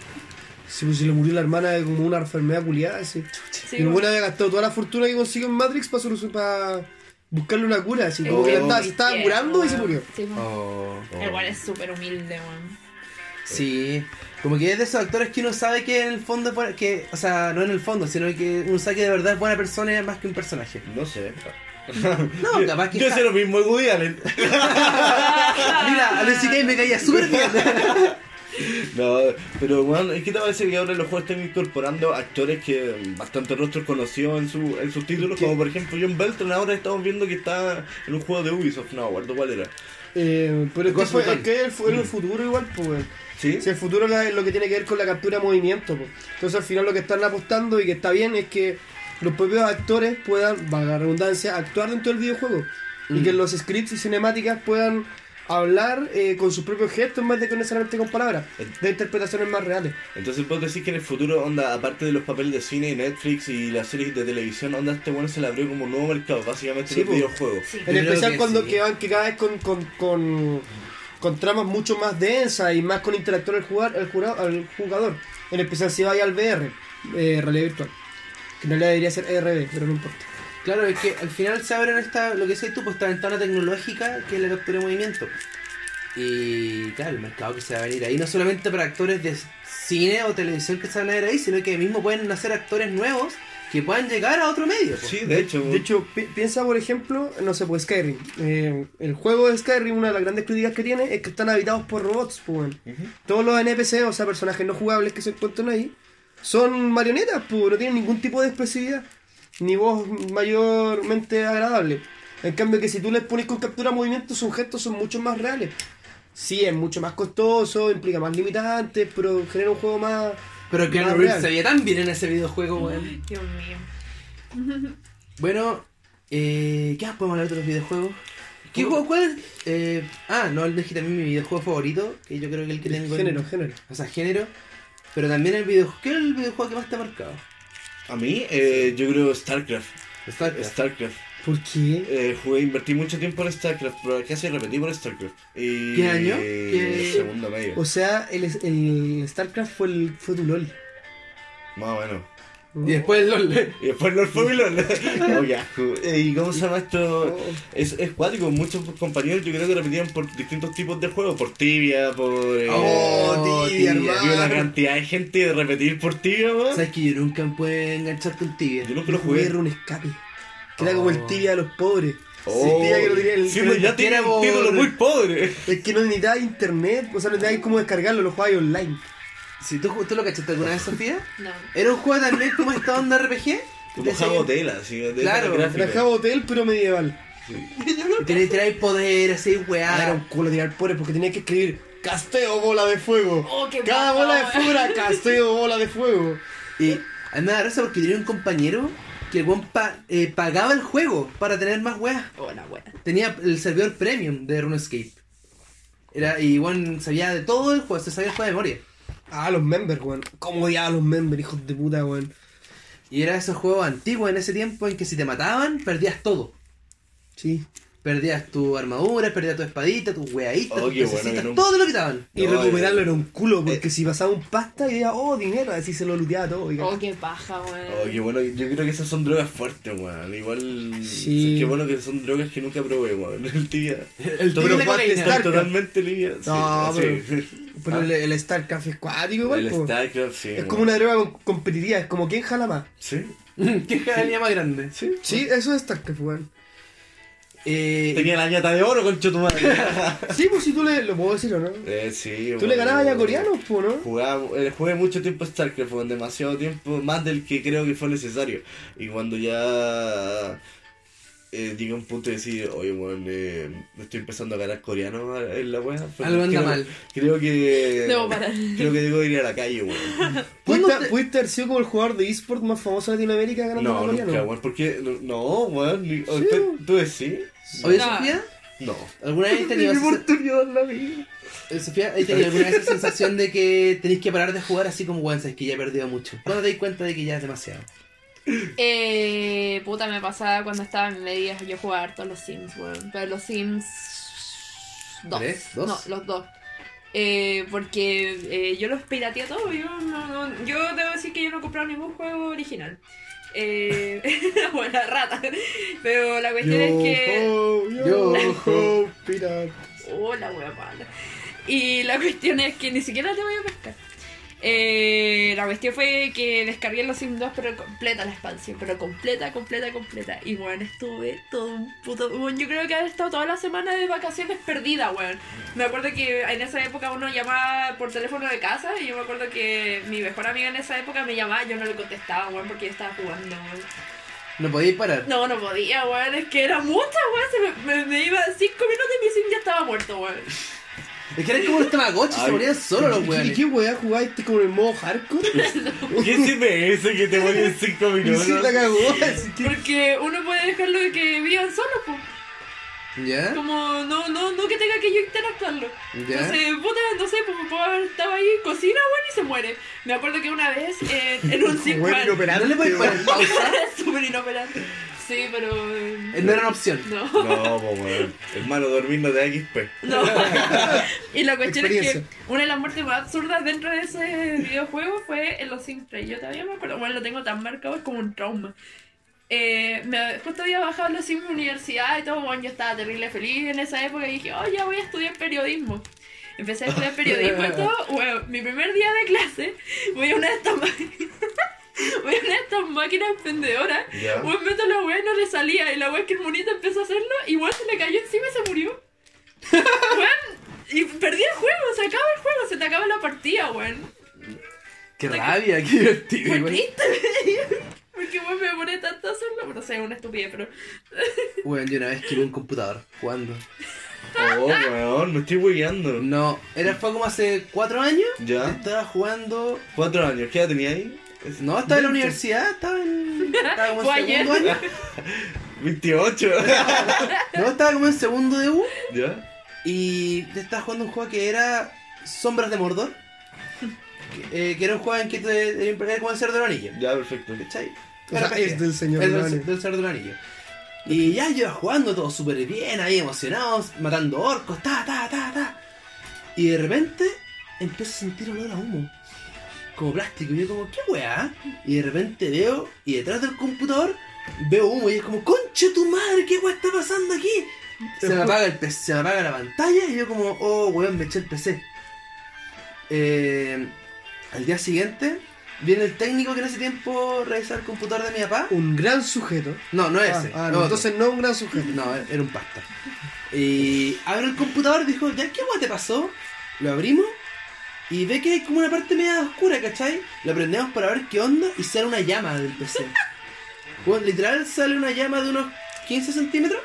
[SPEAKER 4] Sí, pues se le murió la hermana de como una enfermedad culiada, así.
[SPEAKER 3] platónico. Sí,
[SPEAKER 4] y el
[SPEAKER 3] weón.
[SPEAKER 4] bueno había gastado toda la fortuna que consiguió en Matrix para, solu- para buscarle una cura, así como
[SPEAKER 3] Eh,
[SPEAKER 4] que la
[SPEAKER 2] Oh.
[SPEAKER 4] estaba, se estaba
[SPEAKER 3] sí,
[SPEAKER 4] curando y se
[SPEAKER 3] weón.
[SPEAKER 4] murió.
[SPEAKER 3] Sí, weón.
[SPEAKER 1] Oh.
[SPEAKER 2] Oh.
[SPEAKER 3] El weón es súper humilde, weón.
[SPEAKER 1] Sí, como que es de esos actores que uno sabe que en el fondo, es buena- que, o sea, no en el fondo, sino que uno sabe que de verdad es buena persona y es más que un personaje.
[SPEAKER 2] No sé.
[SPEAKER 1] No, capaz que.
[SPEAKER 2] Yo sé lo mismo de Woody Allen. <laughs>
[SPEAKER 1] Mira, a Luis CK me caía súper bien.
[SPEAKER 2] No, pero bueno, es que te parece que ahora los juegos están incorporando actores que mm, bastante rostros conocidos en, su, en sus títulos,
[SPEAKER 4] ¿Qué?
[SPEAKER 2] como por ejemplo John Beltran, ahora estamos viendo que está en un juego de Ubisoft, no, guardo cuál era.
[SPEAKER 4] Eh, pero es que,
[SPEAKER 1] Ghost
[SPEAKER 4] fue,
[SPEAKER 1] Recon.
[SPEAKER 4] es que el, fu- era el futuro igual, pues, weón.
[SPEAKER 2] ¿Sí?
[SPEAKER 4] Si el futuro la- es lo que tiene que ver con la captura de movimiento, pues. Entonces al final lo que están apostando y que está bien es que los propios actores puedan, valga la redundancia, actuar dentro del videojuego. Y
[SPEAKER 1] Mm.
[SPEAKER 4] que los scripts y cinemáticas puedan hablar eh, con sus propios gestos más de que necesariamente con palabras,
[SPEAKER 1] Eh.
[SPEAKER 4] de interpretaciones más reales.
[SPEAKER 2] Entonces puedo decir que en el futuro, onda, aparte de los papeles de cine y Netflix y las series de televisión, onda, este bueno se le abrió como un nuevo mercado, básicamente
[SPEAKER 4] Sí,
[SPEAKER 2] los
[SPEAKER 4] po.
[SPEAKER 2] videojuegos.
[SPEAKER 3] Sí.
[SPEAKER 4] En
[SPEAKER 1] Yo creo
[SPEAKER 4] especial
[SPEAKER 1] que
[SPEAKER 4] cuando
[SPEAKER 1] sí.
[SPEAKER 4] que van que cada vez con, con, con, con tramas mucho más densas y más con interactuar al, jugar, al, jurado- al jugador. En especial si vaya al VR, eh, realidad virtual. Que en realidad debería ser RB, pero no importa.
[SPEAKER 1] Claro, es que al final se abren esta, lo que dices tú, pues esta ventana tecnológica que es la captura de movimiento. Y claro, el mercado que se va a venir ahí, no solamente para actores de cine o televisión que se van a ver ahí, sino que mismo pueden nacer actores nuevos que puedan llegar a otro medio. pues.
[SPEAKER 2] Sí, de hecho,
[SPEAKER 4] De hecho, pi- piensa por ejemplo, no sé, pues Skyrim. Eh, el juego de Skyrim, una de las grandes críticas que tiene es que están habitados por robots, pues. weón.
[SPEAKER 2] Ujú.
[SPEAKER 4] Todos los NPC, o sea, personajes no jugables que se encuentran ahí, son marionetas, pues, no tienen ningún tipo de expresividad, ni voz mayormente agradable. En cambio, que si tú les pones con captura movimiento, sus gestos son mucho más reales. Sí, es mucho más costoso, implica más limitantes, pero genera un juego más.
[SPEAKER 1] Pero que
[SPEAKER 4] más
[SPEAKER 1] Reeves
[SPEAKER 4] real.
[SPEAKER 1] se veía tan bien en ese videojuego, weón.
[SPEAKER 3] Dios mío.
[SPEAKER 1] Bueno, eh, ¿qué más podemos hablar de los videojuegos? ¿Qué juego cuál es? Eh, ah, no, dije también mi videojuego favorito, que yo creo que el que tengo. en-
[SPEAKER 4] Género, género.
[SPEAKER 1] O sea, género. Pero también el videojuego. ¿Qué es el videojuego que más te ha marcado?
[SPEAKER 2] A mí, eh, yo creo StarCraft.
[SPEAKER 1] StarCraft.
[SPEAKER 2] StarCraft.
[SPEAKER 4] ¿Por qué?
[SPEAKER 2] Eh, jugué, invertí mucho tiempo en StarCraft, pero casi repetí por StarCraft. Y,
[SPEAKER 1] ¿Qué año?
[SPEAKER 2] eh,
[SPEAKER 1] ¿Qué-
[SPEAKER 2] Segundo medio.
[SPEAKER 4] O sea, el, el StarCraft fue, el, fue tu LOL.
[SPEAKER 2] Más o menos.
[SPEAKER 1] Y después el LOL.
[SPEAKER 2] Y después los Fumilón.
[SPEAKER 1] <laughs>
[SPEAKER 2] oh, qué asco. Eh, ¿Y cómo se llama esto?
[SPEAKER 1] Oh.
[SPEAKER 2] Es, es cuático. Muchos compañeros yo creo que repetían por distintos tipos de juegos. Por tibia, por. eh,
[SPEAKER 1] Oh, tibia,
[SPEAKER 2] Vi una
[SPEAKER 1] hermano.
[SPEAKER 2] cantidad de gente de repetir por tibia, weón.
[SPEAKER 1] Sabes que yo nunca pude enganchar con tibia.
[SPEAKER 2] Yo nunca
[SPEAKER 4] Yo
[SPEAKER 2] lo
[SPEAKER 4] jugué
[SPEAKER 2] jugué.
[SPEAKER 4] era un escape. Que era como el
[SPEAKER 1] Oh.
[SPEAKER 4] tibia de los pobres.
[SPEAKER 2] Oh,
[SPEAKER 4] tibia que no tenía el-
[SPEAKER 2] sí,
[SPEAKER 4] que
[SPEAKER 2] pues
[SPEAKER 4] no-
[SPEAKER 2] ya tiene un
[SPEAKER 1] por-
[SPEAKER 2] título muy
[SPEAKER 1] <laughs>
[SPEAKER 2] pobre.
[SPEAKER 4] Es que no necesitabas internet, o sea, no necesitabas cómo descargarlo, lo jugabas online.
[SPEAKER 1] Si tú, tú lo cachaste alguna vez, Sofía,
[SPEAKER 3] No.
[SPEAKER 1] era un juego también como esta onda RPG.
[SPEAKER 2] Como Jabo Tela, sí. de
[SPEAKER 1] Claro,
[SPEAKER 2] esas gráficas.
[SPEAKER 4] Trabajaba hotel, pero medieval.
[SPEAKER 1] Y tenés tiráis poder, así, weá.
[SPEAKER 4] Ah, era un culo tirar pobre porque tenías que escribir casteo bola de fuego.
[SPEAKER 3] Oh, qué
[SPEAKER 4] Cada
[SPEAKER 3] guapo,
[SPEAKER 4] bola de
[SPEAKER 3] eh.
[SPEAKER 4] fuego era casteo bola de fuego.
[SPEAKER 1] Y a mí me da risa porque tenía un compañero que el weón pa- eh, pagaba el juego para tener más weas.
[SPEAKER 3] Hola, buena.
[SPEAKER 1] Tenía el servidor premium de RuneScape. Era, y bueno, sabía de todo el juego, se sabía el juego de memoria.
[SPEAKER 4] Ah, los members, weón. ¿Cómo odiaba a los members, hijos de puta, weón?
[SPEAKER 1] Y era esos juegos antiguos en ese tiempo en que si te mataban, perdías todo.
[SPEAKER 4] Sí.
[SPEAKER 1] Perdías tu armadura, perdías tu espadita, tus weaditas,
[SPEAKER 2] Oh,
[SPEAKER 1] tus
[SPEAKER 2] qué bueno
[SPEAKER 1] pececitas,
[SPEAKER 2] que no-
[SPEAKER 1] todo te lo quitaban.
[SPEAKER 4] Y
[SPEAKER 2] No,
[SPEAKER 4] recuperarlo
[SPEAKER 2] eh,
[SPEAKER 4] era un culo, porque si pasaba un pasta y decía, oh, dinero, así se lo looteaba todo. oiga.
[SPEAKER 3] Oh, qué paja, weón.
[SPEAKER 2] Oh, qué bueno, yo creo que esas son drogas fuertes, weón. Igual.
[SPEAKER 4] Sí.
[SPEAKER 2] Qué bueno que son drogas que nunca probé, weón. <laughs> El tibia.
[SPEAKER 1] El
[SPEAKER 2] Pero
[SPEAKER 1] tibia y la
[SPEAKER 2] Juan,
[SPEAKER 1] cocaína.
[SPEAKER 2] están totalmente limpia.
[SPEAKER 4] No,
[SPEAKER 2] sí.
[SPEAKER 4] Pero el, el StarCraft es cuático, igual,
[SPEAKER 2] El
[SPEAKER 4] po.
[SPEAKER 2] StarCraft, sí.
[SPEAKER 4] Es
[SPEAKER 2] weón.
[SPEAKER 4] como una droga com- competitiva, es como quién jala más.
[SPEAKER 2] Sí,
[SPEAKER 1] <laughs> ¿Qué jalea más grande?
[SPEAKER 2] sí.
[SPEAKER 4] Sí, eso es StarCraft, weón.
[SPEAKER 1] Eh,
[SPEAKER 2] Tenía la ñata de oro, concho tu madre.
[SPEAKER 4] Sí, pues si tú le. Lo puedo decir o no.
[SPEAKER 2] <laughs> eh, sí,
[SPEAKER 4] Tú le ganabas ya a coreanos, po, ¿no?
[SPEAKER 2] Jugaba, eh, jugué mucho tiempo StarCraft, weón, demasiado tiempo, más del que creo que fue necesario. Y cuando ya eh, llegué a un punto de decir, oye, weón, eh, me estoy empezando a ganar coreano en la wea. pues,
[SPEAKER 1] Algo anda
[SPEAKER 2] creo-
[SPEAKER 1] mal.
[SPEAKER 2] Creo que.
[SPEAKER 3] Debo parar.
[SPEAKER 2] Creo que debo ir a la calle,
[SPEAKER 3] <laughs>
[SPEAKER 2] weón.
[SPEAKER 1] ¿Cuándo
[SPEAKER 4] ¿Pudiste,
[SPEAKER 1] te-
[SPEAKER 4] pudiste haber sido como el jugador de eSport más famoso de Latinoamérica ganando
[SPEAKER 2] No,
[SPEAKER 4] a coreano?
[SPEAKER 2] nunca, weón, porque. No, weón, ni- ¿tú, tú decís?
[SPEAKER 1] Oye,
[SPEAKER 3] No.
[SPEAKER 1] Sofía,
[SPEAKER 2] No.
[SPEAKER 1] ¿alguna <laughs> vez tenías
[SPEAKER 4] Mi
[SPEAKER 1] esa,
[SPEAKER 4] oportunidad en la vida.
[SPEAKER 1] eh, Sofía, ¿has tenido alguna vez esa sensación de que tenéis que parar de jugar así como weón, sabes que ya he perdido mucho? ¿Cuándo te das cuenta de que ya es demasiado?
[SPEAKER 3] Eh, puta, me pasaba cuando estaba en medias. Yo jugaba harto a los Sims, weón. Pero los Sims. Dos.
[SPEAKER 1] ¿Tres? ¿Dos?
[SPEAKER 3] No, los dos. Eh, porque eh, yo los pirateé todos. Yo, no, no- yo debo decir que yo no he comprado ningún juego original. Eh, <laughs> bueno, rata. Pero la cuestión es que.
[SPEAKER 4] yo,
[SPEAKER 1] Yo,
[SPEAKER 4] ho, pirata.
[SPEAKER 3] Hola, Oh, wea mala. Y la cuestión es que ni siquiera te voy a pescar. Eh, la cuestión fue que descargué los Sims 2, pero completa la expansión. Pero completa, completa, completa. Y bueno, estuve todo un puto. Bueno, yo creo que haber estado toda la semana de vacaciones perdida, weón. Me acuerdo que en esa época uno llamaba por teléfono de casa. Y yo me acuerdo que mi mejor amiga en esa época me llamaba. Yo no le contestaba, weón, porque yo estaba jugando, weón.
[SPEAKER 1] No podéis parar.
[SPEAKER 3] No, no podía, weón. Es que era mucha, weón. Se me, me- me iba 5 minutos y mi Sim ya estaba muerto, weón.
[SPEAKER 1] Es que eran como los tamagotchis, se
[SPEAKER 2] Ay.
[SPEAKER 1] morían solo
[SPEAKER 2] <laughs>
[SPEAKER 1] los
[SPEAKER 4] ¿Y
[SPEAKER 1] weones.
[SPEAKER 4] qué weá jugaste como en el modo hardcore?
[SPEAKER 2] ¿Qué sirve eso que te voy en 5
[SPEAKER 4] Y
[SPEAKER 2] minutos?
[SPEAKER 4] sí, la cagó. así que-
[SPEAKER 3] Porque uno puede dejarlo de que vivan solos, pues.
[SPEAKER 1] ¿Ya?
[SPEAKER 3] Como no, no, no que tenga que yo interactuarlo.
[SPEAKER 1] ¿Ya?
[SPEAKER 3] Entonces, puta, no sé, pues mi papá estaba ahí, cocina, bueno, y se muere. Me acuerdo que una vez eh, en <laughs> un zip
[SPEAKER 4] Weón,
[SPEAKER 3] weón,
[SPEAKER 4] inoperante,
[SPEAKER 1] ¿No le podéis
[SPEAKER 4] weón.
[SPEAKER 1] poner pausa?
[SPEAKER 3] súper inoperante. Sí, pero. eh,
[SPEAKER 1] Eh, <laughs> No era una opción.
[SPEAKER 3] No,
[SPEAKER 2] No, po, weón. Hermano, dormiendo de XP.
[SPEAKER 3] no. y la cuestión es que
[SPEAKER 4] Experiencia.
[SPEAKER 3] una de las muertes más absurdas dentro de ese videojuego fue en los Sims 3. Yo todavía me acuerdo, bueno, lo tengo tan marcado, es como un trauma. Eh, me, justo había bajado los Sims de universidad y todo, bueno, yo estaba terrible feliz en esa época y dije, oh, ya voy a estudiar periodismo. Empecé a estudiar periodismo y todo, bueno, mi primer día de clase, voy a una de estas máquinas, <laughs> voy a una de estas máquinas expendedoras,
[SPEAKER 2] Ya.
[SPEAKER 3] bueno, meto la wea y no le salía, y la wea es que el monito empezó a hacerlo y bueno, se le cayó encima y se murió. Bueno, y perdí el juego, se acaba el juego, se te acaba la partida, weón.
[SPEAKER 1] Qué rabia, qué divertido.
[SPEAKER 3] Fue
[SPEAKER 1] weón.
[SPEAKER 3] triste, porque weón me pone tanto a hacerlo, pero no sé, es una estupidez, pero
[SPEAKER 1] Weón, yo una vez quemé un computador jugando.
[SPEAKER 2] Oh, weón, me estoy hueveando.
[SPEAKER 1] No, era fue como hace cuatro años.
[SPEAKER 2] Ya.
[SPEAKER 1] Estaba jugando.
[SPEAKER 2] ¿Cuatro años? ¿Qué edad tenía ahí? Es-
[SPEAKER 1] No, estaba en la
[SPEAKER 2] veinte.
[SPEAKER 1] universidad, estaba en. Estaba como en
[SPEAKER 3] Fue ayer.
[SPEAKER 1] segundo año.
[SPEAKER 2] 28.
[SPEAKER 1] No, estaba como en segundo de U
[SPEAKER 2] <laughs> ¿Ya?
[SPEAKER 1] y te estaba jugando un juego que era Sombras de Mordor. Que, eh, que era un juego en que te era como el Señor del Anillo.
[SPEAKER 2] Ya, perfecto.
[SPEAKER 1] ¿Cachai?
[SPEAKER 4] O sea,
[SPEAKER 1] RPG.
[SPEAKER 4] es del Señor
[SPEAKER 1] Es
[SPEAKER 4] del
[SPEAKER 1] del,
[SPEAKER 4] Anillo.
[SPEAKER 1] del Señor del Anillo. Y ya yo iba jugando todo súper bien, ahí emocionados, matando orcos, ta, ta, ta, ta. Y de repente empiezo a sentir olor a humo. Como plástico. Y yo como, ¿qué weá? Y de repente veo, y detrás del computador veo humo. Y es como, conche tu madre, ¿qué weá está pasando aquí? Se me apaga el PC, se me apaga la pantalla. Y yo como, oh weón, me eché el PC. Eh, al día siguiente viene el técnico que en ese tiempo revisaba el computador de mi papá.
[SPEAKER 4] Un gran sujeto.
[SPEAKER 1] No, no ese.
[SPEAKER 4] Ah, ah,
[SPEAKER 1] no,
[SPEAKER 4] no, entonces no un gran sujeto.
[SPEAKER 1] no, era un pasta. Y abre el computador, dijo, ya, ¿qué guay te pasó? Lo abrimos y ve que hay como una parte media oscura, ¿cachai? Lo prendemos para ver qué onda y sale una llama del PC. Bueno, literal sale una llama de unos 15 centímetros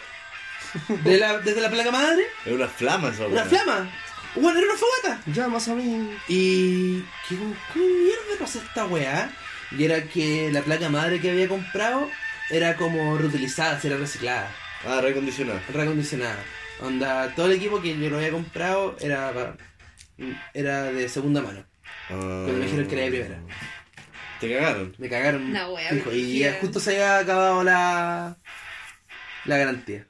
[SPEAKER 1] de la- desde la placa madre.
[SPEAKER 2] Es una flama esa
[SPEAKER 1] Una
[SPEAKER 2] weá.
[SPEAKER 1] flama. Bueno, era una fogata.
[SPEAKER 4] Ya, más o menos.
[SPEAKER 1] Y que como, ¿cómo mierda pasó esta weá? Y era que la placa madre que había comprado era como reutilizada, era reciclada,
[SPEAKER 2] Ah, recondicionada.
[SPEAKER 1] reacondicionada. Onda, todo el equipo que yo lo había comprado era pa- era de segunda mano.
[SPEAKER 2] Cuando
[SPEAKER 1] me dijeron que era de primera.
[SPEAKER 2] Ah. Te cagaron.
[SPEAKER 1] Me cagaron.
[SPEAKER 3] Una weá
[SPEAKER 1] dijo, y
[SPEAKER 3] brígida.
[SPEAKER 1] ya justo se había acabado la la garantía.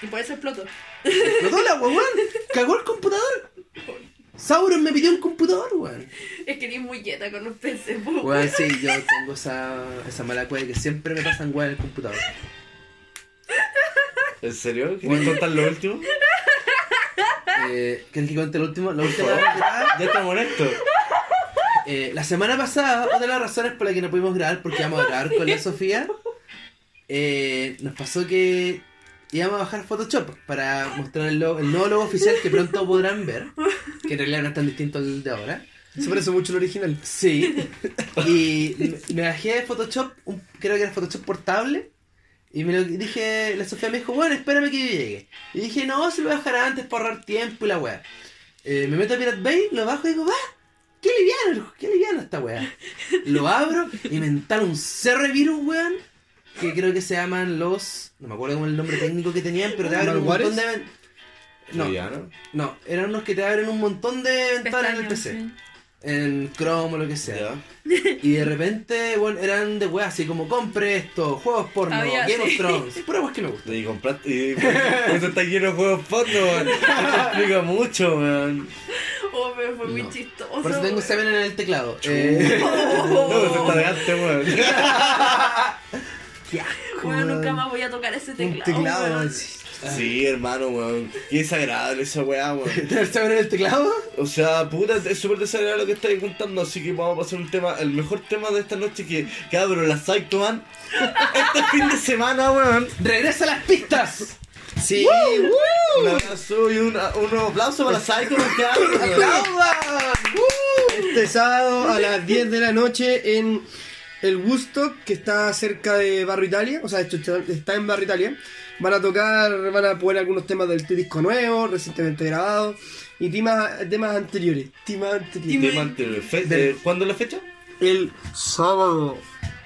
[SPEAKER 3] Y por eso explotó.
[SPEAKER 1] Explotó la weón, cagó el computador. Sauron me pidió un computador, weón.
[SPEAKER 3] Es que eres muy yeta con los peces, po.
[SPEAKER 1] Weón, sí, yo tengo esa, esa mala cueva que siempre me pasan weón en el computador.
[SPEAKER 2] ¿En serio? ¿Quieres contar lo último?
[SPEAKER 1] Eh, ¿Quieres que cuente lo último? La última vez que grababa,
[SPEAKER 2] Ya estamos en esto.
[SPEAKER 1] eh, La semana pasada, otra de las razones por las que no pudimos grabar, porque íbamos a grabar con la Sofía, eh, nos pasó que íbamos a bajar Photoshop para mostrar el, logo- el nuevo logo oficial que pronto podrán ver, que en realidad no es tan distinto al de ahora.
[SPEAKER 4] Se parece mucho al original.
[SPEAKER 1] Sí.
[SPEAKER 4] <laughs>
[SPEAKER 1] Y me- me bajé de Photoshop, un- creo que era Photoshop portable. Y me lo dije, la Sofía me dijo, bueno, espérame que yo llegue. Y dije, no, se lo voy a bajar antes para ahorrar tiempo y la weá. Eh, me meto a Pirate Bay, lo bajo y digo, va, qué liviano, qué liviano esta weá. Lo abro y me entra un cerro de virus, weón. Que creo que se llaman los. No me acuerdo cómo es el nombre técnico que tenían, pero te abren un montón de. ven- No,
[SPEAKER 2] ¿Troyano?
[SPEAKER 1] no, eran unos que te abren un montón de ventanas en el
[SPEAKER 3] Pestañas,
[SPEAKER 1] PC.
[SPEAKER 3] sí.
[SPEAKER 1] En Chrome o lo que sea.
[SPEAKER 2] Ya.
[SPEAKER 1] Y de repente, bueno, eran de weas así como compre esto, juegos porno,
[SPEAKER 3] Había-
[SPEAKER 1] Game of
[SPEAKER 3] sí.
[SPEAKER 1] Thrones, pura weas que me gustan.
[SPEAKER 2] Y compraste. Y eso está lleno de juegos porno, weón. Eso explica mucho, weón.
[SPEAKER 3] Oh, pero fue muy
[SPEAKER 1] No.
[SPEAKER 3] chistoso.
[SPEAKER 1] Por eso tengo
[SPEAKER 3] weón.
[SPEAKER 1] semen en el teclado. Eh, <laughs>
[SPEAKER 2] No, eso está delante, weón.
[SPEAKER 1] qué asco,
[SPEAKER 3] Weón, nunca
[SPEAKER 1] weón.
[SPEAKER 3] más voy a tocar ese
[SPEAKER 4] Un
[SPEAKER 3] teclado.
[SPEAKER 4] teclado.
[SPEAKER 3] weón.
[SPEAKER 4] así.
[SPEAKER 2] Sí, hermano, weón. Y es agradable esa weá, weón.
[SPEAKER 1] ¿Tener semen en el teclado?
[SPEAKER 2] O sea, puta, es súper desagradable lo que estáis contando, así que vamos a pasar un tema, el mejor tema de esta noche que, cabrón, la Psycho Man. Este fin de semana, weón.
[SPEAKER 1] ¡Regresa a las pistas!
[SPEAKER 4] Sí.
[SPEAKER 2] Un abrazo y un, un nuevo aplauso para la Psycho Man, cabrón.
[SPEAKER 1] ¡Aplaudan!
[SPEAKER 4] Este sábado a las 10 de la noche en el Woodstock, que está cerca de Barrio Italia, o sea, esto está- está en Barrio Italia. Van a tocar, van a poner algunos temas del disco nuevo, recientemente grabado, y temas, temas anteriores. Temas anteriores.
[SPEAKER 2] Tema anterior. Fe- eh, ¿Cuándo es la fecha?
[SPEAKER 4] El sábado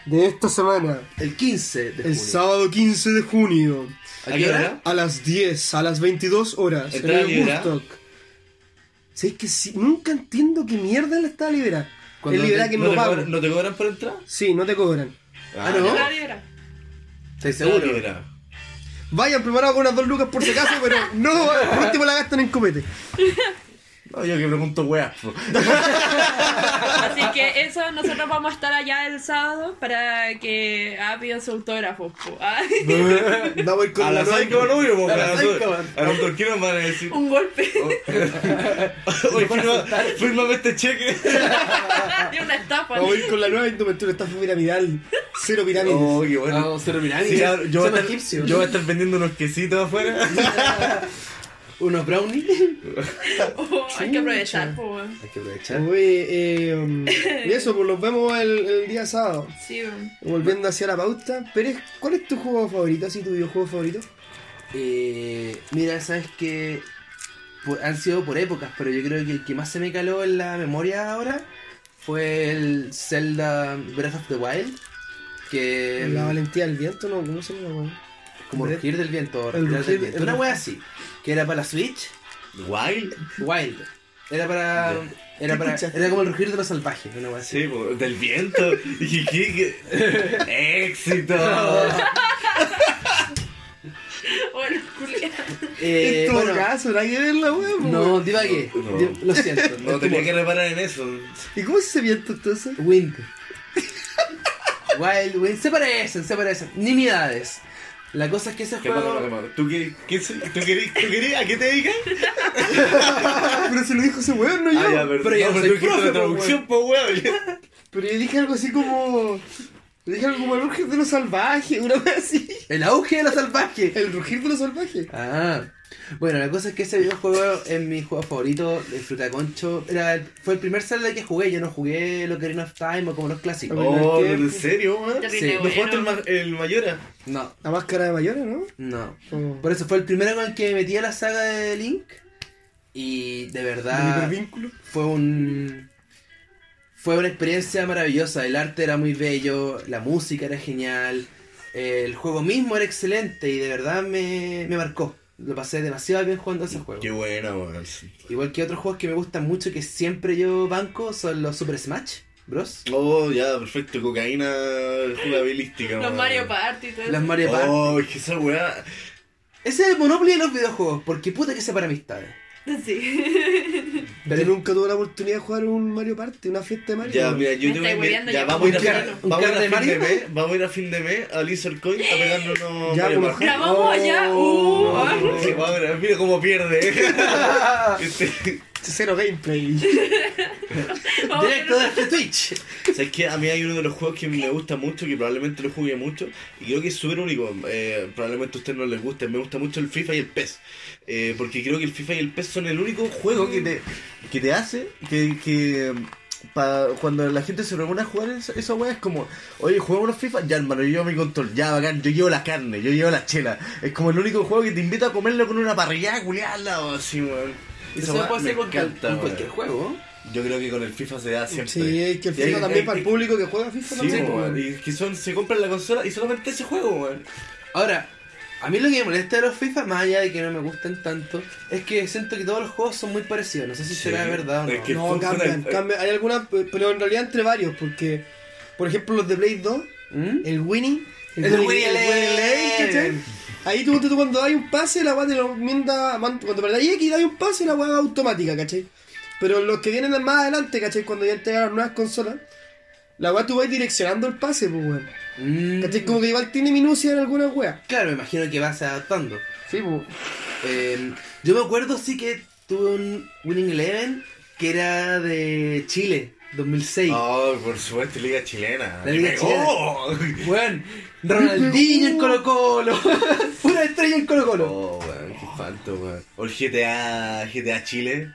[SPEAKER 4] de esta semana,
[SPEAKER 1] El 15 de
[SPEAKER 4] el
[SPEAKER 1] junio.
[SPEAKER 4] sábado 15 de junio,
[SPEAKER 1] ¿A qué hora?
[SPEAKER 4] a las 10, a las 22 horas, en
[SPEAKER 2] ¿Entrada
[SPEAKER 4] el
[SPEAKER 2] libre?
[SPEAKER 4] Woodstock. Si es que sí, nunca entiendo qué mierda la está libera.
[SPEAKER 1] Cuando
[SPEAKER 4] es libera
[SPEAKER 1] te-
[SPEAKER 4] que
[SPEAKER 2] ¿No
[SPEAKER 4] no,
[SPEAKER 2] te,
[SPEAKER 4] pago.
[SPEAKER 2] cobran, ¿No te cobran por entrar?
[SPEAKER 4] Sí, no te cobran.
[SPEAKER 1] Ah, ¿no?
[SPEAKER 3] Teclado libra.
[SPEAKER 1] Estoy
[SPEAKER 2] Ah,
[SPEAKER 1] seguro.
[SPEAKER 4] Vayan preparados con unas dos lucas por si acaso, pero no, por último la gastan en copete.
[SPEAKER 2] No, yo que pregunto weas. po.
[SPEAKER 3] Así que eso, nosotros vamos a estar allá el sábado para que ah, pidan su autógrafo. po. Ah,
[SPEAKER 4] Vamos a ir con
[SPEAKER 2] A la
[SPEAKER 4] nueva-
[SPEAKER 2] Psycho Man, obvio, po,
[SPEAKER 1] A la
[SPEAKER 2] weón.
[SPEAKER 1] Psycho Man.
[SPEAKER 2] A los turquinos van a
[SPEAKER 3] <laughs>
[SPEAKER 2] decir.
[SPEAKER 3] un golpe
[SPEAKER 2] eh,
[SPEAKER 4] Oh.
[SPEAKER 2] Oye, firma, fírmame este cheque.
[SPEAKER 3] de una estafa.
[SPEAKER 4] Vamos a ir con la nueva instrumentura, estafa piramidal. Cero pirámides.
[SPEAKER 2] Oh, qué bueno.
[SPEAKER 1] Vamos a ser pirámides.
[SPEAKER 2] Sí, ahora yo,
[SPEAKER 1] Son
[SPEAKER 2] voy a estar,
[SPEAKER 1] egipcios.
[SPEAKER 2] yo voy a estar vendiendo unos quesitos afuera.
[SPEAKER 1] ¿Unos brownies? <laughs>
[SPEAKER 3] Oh, hay que aprovechar. po, weón.
[SPEAKER 1] Hay que aprovechar.
[SPEAKER 4] Oye, eh, um, y eso, pues los vemos el, el día sábado.
[SPEAKER 3] Sí, weón.
[SPEAKER 4] Volviendo hacia la pauta, Pérez, ¿cuál es tu juego favorito? ¿Así tu videojuego favorito?
[SPEAKER 1] Eh, mira, sabes que pu- han sido por épocas, pero yo creo que el que más se me caló en la memoria ahora fue el Zelda Breath of the Wild. Que Em.
[SPEAKER 4] La valentía del viento, ¿no? ¿Cómo se llama? weón?
[SPEAKER 1] Como
[SPEAKER 4] Dread-
[SPEAKER 1] rugir del viento.
[SPEAKER 4] el
[SPEAKER 1] respirar del
[SPEAKER 4] rugir-
[SPEAKER 1] viento.
[SPEAKER 4] el
[SPEAKER 1] Una
[SPEAKER 4] rug-
[SPEAKER 1] wea así. Que era para la Switch.
[SPEAKER 2] Wild.
[SPEAKER 1] Wild. Era para. Era para.
[SPEAKER 4] escuchaste?
[SPEAKER 1] Era como el rugir de los salvajes. Una wea así.
[SPEAKER 2] Sí, po, del viento. Y que- que- ¡Éxito!
[SPEAKER 3] Bueno, culiao.
[SPEAKER 1] <laughs>
[SPEAKER 4] <laughs>
[SPEAKER 1] Eh,
[SPEAKER 4] en todo
[SPEAKER 1] bueno,
[SPEAKER 4] caso, no hay que verla, weón.
[SPEAKER 1] no, divagué.
[SPEAKER 2] No.
[SPEAKER 1] Di- Lo siento.
[SPEAKER 2] No tenía que reparar en eso.
[SPEAKER 4] ¿Y cómo se viento entonces? <laughs>
[SPEAKER 1] Wind. <laughs> Wild Wind. Se parecen, se parecen. Nimiedades. La cosa es que ese
[SPEAKER 2] ¿Qué pasa, pasa,
[SPEAKER 1] juego.
[SPEAKER 2] pasa? ¿Tú qué, qué, se- tú querés- tú querés- ¿A qué te dedicas?
[SPEAKER 4] Pero se lo dijo ese weón, no yo.
[SPEAKER 2] Ah, ya,
[SPEAKER 1] pero yo
[SPEAKER 2] no,
[SPEAKER 1] soy
[SPEAKER 2] tú dijiste
[SPEAKER 1] profe,
[SPEAKER 2] la
[SPEAKER 1] po,
[SPEAKER 2] traducción, po, <laughs> weón.
[SPEAKER 4] Pero yo dije algo así como. yo Dije algo como el rugir de los salvajes, una vez así.
[SPEAKER 1] El auge de los salvajes.
[SPEAKER 4] El rugir de los salvajes.
[SPEAKER 1] Ah. Bueno, la cosa es que ese videojuego es mi juego favorito, el Fruta Concho. Era el- fue el primer Zelda que jugué, yo no jugué el Ocarina of Time o como los clásicos.
[SPEAKER 2] Oh,
[SPEAKER 4] el
[SPEAKER 2] pero en
[SPEAKER 4] tiempo.
[SPEAKER 2] serio, weón.
[SPEAKER 3] Terrible,
[SPEAKER 1] Sí.
[SPEAKER 2] ¿No jugaste el,
[SPEAKER 3] bueno.
[SPEAKER 2] ma- el Mayora?
[SPEAKER 1] No,
[SPEAKER 4] La máscara de Mayora, ¿no?
[SPEAKER 1] no.
[SPEAKER 4] Como-
[SPEAKER 1] Por eso fue el primero con el que me metí a la saga de Link. Y de
[SPEAKER 2] Ah.
[SPEAKER 1] verdad
[SPEAKER 4] El hipervínculo.
[SPEAKER 1] fue un. Fue una experiencia maravillosa. El arte era muy bello, la música era genial, el juego mismo era excelente y de verdad me, me marcó. Lo pasé demasiado bien jugando ese juego.
[SPEAKER 2] Qué bueno, weón.
[SPEAKER 1] Igual que otros juegos que me gustan mucho que siempre yo banco son los Super Smash Bros.
[SPEAKER 2] Oh, ya, perfecto. Cocaína jugabilística,
[SPEAKER 3] Los
[SPEAKER 2] weón.
[SPEAKER 3] Mario Party y todo
[SPEAKER 1] Las
[SPEAKER 3] eso.
[SPEAKER 1] Mario Party.
[SPEAKER 2] Oh, es que esa weá.
[SPEAKER 1] Ese es el Monopoly de los videojuegos, porque puta que separa amistades.
[SPEAKER 3] Sí. <laughs>
[SPEAKER 1] Pero-
[SPEAKER 4] Yo nunca tuve la oportunidad de jugar un Mario Party, una fiesta de Mario.
[SPEAKER 2] Ya, mira, yo
[SPEAKER 3] Me
[SPEAKER 2] te
[SPEAKER 3] estáis
[SPEAKER 2] voy a.
[SPEAKER 3] hueveando,
[SPEAKER 2] Ya,
[SPEAKER 3] ya
[SPEAKER 2] vamos a ir a
[SPEAKER 1] vamos a
[SPEAKER 2] fin-
[SPEAKER 1] ir a-
[SPEAKER 2] vamos a ir
[SPEAKER 1] un carro de Mario.
[SPEAKER 2] a fin de mes. Vamos a ir a fin de mes a Lizard Coin a pegarnos unos
[SPEAKER 4] Ya,
[SPEAKER 2] Mario
[SPEAKER 4] bueno,
[SPEAKER 2] Party.
[SPEAKER 3] Grabamos
[SPEAKER 4] Oh.
[SPEAKER 3] allá.
[SPEAKER 4] No,
[SPEAKER 3] Uh, ah.
[SPEAKER 2] Oh, sí, vamos a ver, <laughs> Mira cómo pierde. <laughs> Este,
[SPEAKER 4] Cero gameplay.
[SPEAKER 3] Vamos a
[SPEAKER 1] Directo
[SPEAKER 3] ver-
[SPEAKER 1] desde Twitch.
[SPEAKER 2] ¿Sabes qué? A mí hay uno de los juegos que me gusta mucho, que probablemente lo jugué mucho, y creo que es súper único. eh, probablemente a ustedes no les guste. Me gusta mucho el FIFA y el PES. eh, porque creo que el FIFA y el PES son el único juego que te, que te hace que. que pa- cuando la gente se reúne a jugar esa, esa weá es como, oye, jugamos unos FIFA, ya hermano, yo llevo mi control, ya bacán, yo llevo la carne, yo llevo la chela. Es como el único juego que te invita a comerlo con una parrillada, culiarla o así, weón. Esa
[SPEAKER 1] Eso
[SPEAKER 2] weá
[SPEAKER 1] se puede
[SPEAKER 2] me
[SPEAKER 1] hacer con, cual-
[SPEAKER 2] encanta,
[SPEAKER 1] con
[SPEAKER 2] weón.
[SPEAKER 1] cualquier juego.
[SPEAKER 2] Yo creo que con el FIFA se da siempre.
[SPEAKER 4] Sí, es que el
[SPEAKER 2] Y hay-
[SPEAKER 4] FIFA también
[SPEAKER 2] hay-
[SPEAKER 4] para el público que juega FIFA
[SPEAKER 2] Sí,
[SPEAKER 4] también.
[SPEAKER 2] po,
[SPEAKER 4] weón.
[SPEAKER 2] weón. Y que son, se compran la consola y solamente ese juego, weón.
[SPEAKER 1] Ahora, a mí lo que me molesta de los FIFA, más allá de que no me gusten tanto, es que siento que todos los juegos son muy parecidos. No sé si
[SPEAKER 2] Sí.
[SPEAKER 1] será verdad o no.
[SPEAKER 2] Es que-
[SPEAKER 4] No,
[SPEAKER 2] funciona-
[SPEAKER 4] cambian,
[SPEAKER 2] eh.
[SPEAKER 4] cambian. Hay algunas, pe- pero en realidad entre varios, porque, por ejemplo, los de Blade 2,
[SPEAKER 1] ¿Mm?
[SPEAKER 4] el Winnie,
[SPEAKER 1] El
[SPEAKER 4] Winnie-
[SPEAKER 1] Winnie
[SPEAKER 4] el Winnie
[SPEAKER 1] Eleven.
[SPEAKER 4] Eleven, ¿cachai? Ahí tú, ponte tú cuando hay un pase, la weá te lo manda, man- cuando perdáis X, dais un pase, la weá va automática, ¿cachai? Pero los que vienen más adelante, ¿cachai? Cuando ya entregaron nuevas consolas, la weá tú vas direccionando el pase, pues weón.
[SPEAKER 1] Mm.
[SPEAKER 4] ¿Cachai? Como que igual tiene minucia en alguna weá.
[SPEAKER 1] Claro, me imagino que vas adaptando.
[SPEAKER 4] Sí, pues.
[SPEAKER 1] Eh, yo me acuerdo sí que tuve un Winning Eleven que era de Chile, 2006.
[SPEAKER 4] Ah.
[SPEAKER 2] Oh, por supuesto, Liga Chilena.
[SPEAKER 1] La Liga
[SPEAKER 2] Me
[SPEAKER 1] Chilena.
[SPEAKER 2] pegó.
[SPEAKER 1] Weón, Ronaldinho en Colo <laughs> Colo. Una estrella en Colo Colo.
[SPEAKER 2] Oh, weón, qué falto, weón. O el GTA, GTA Chile.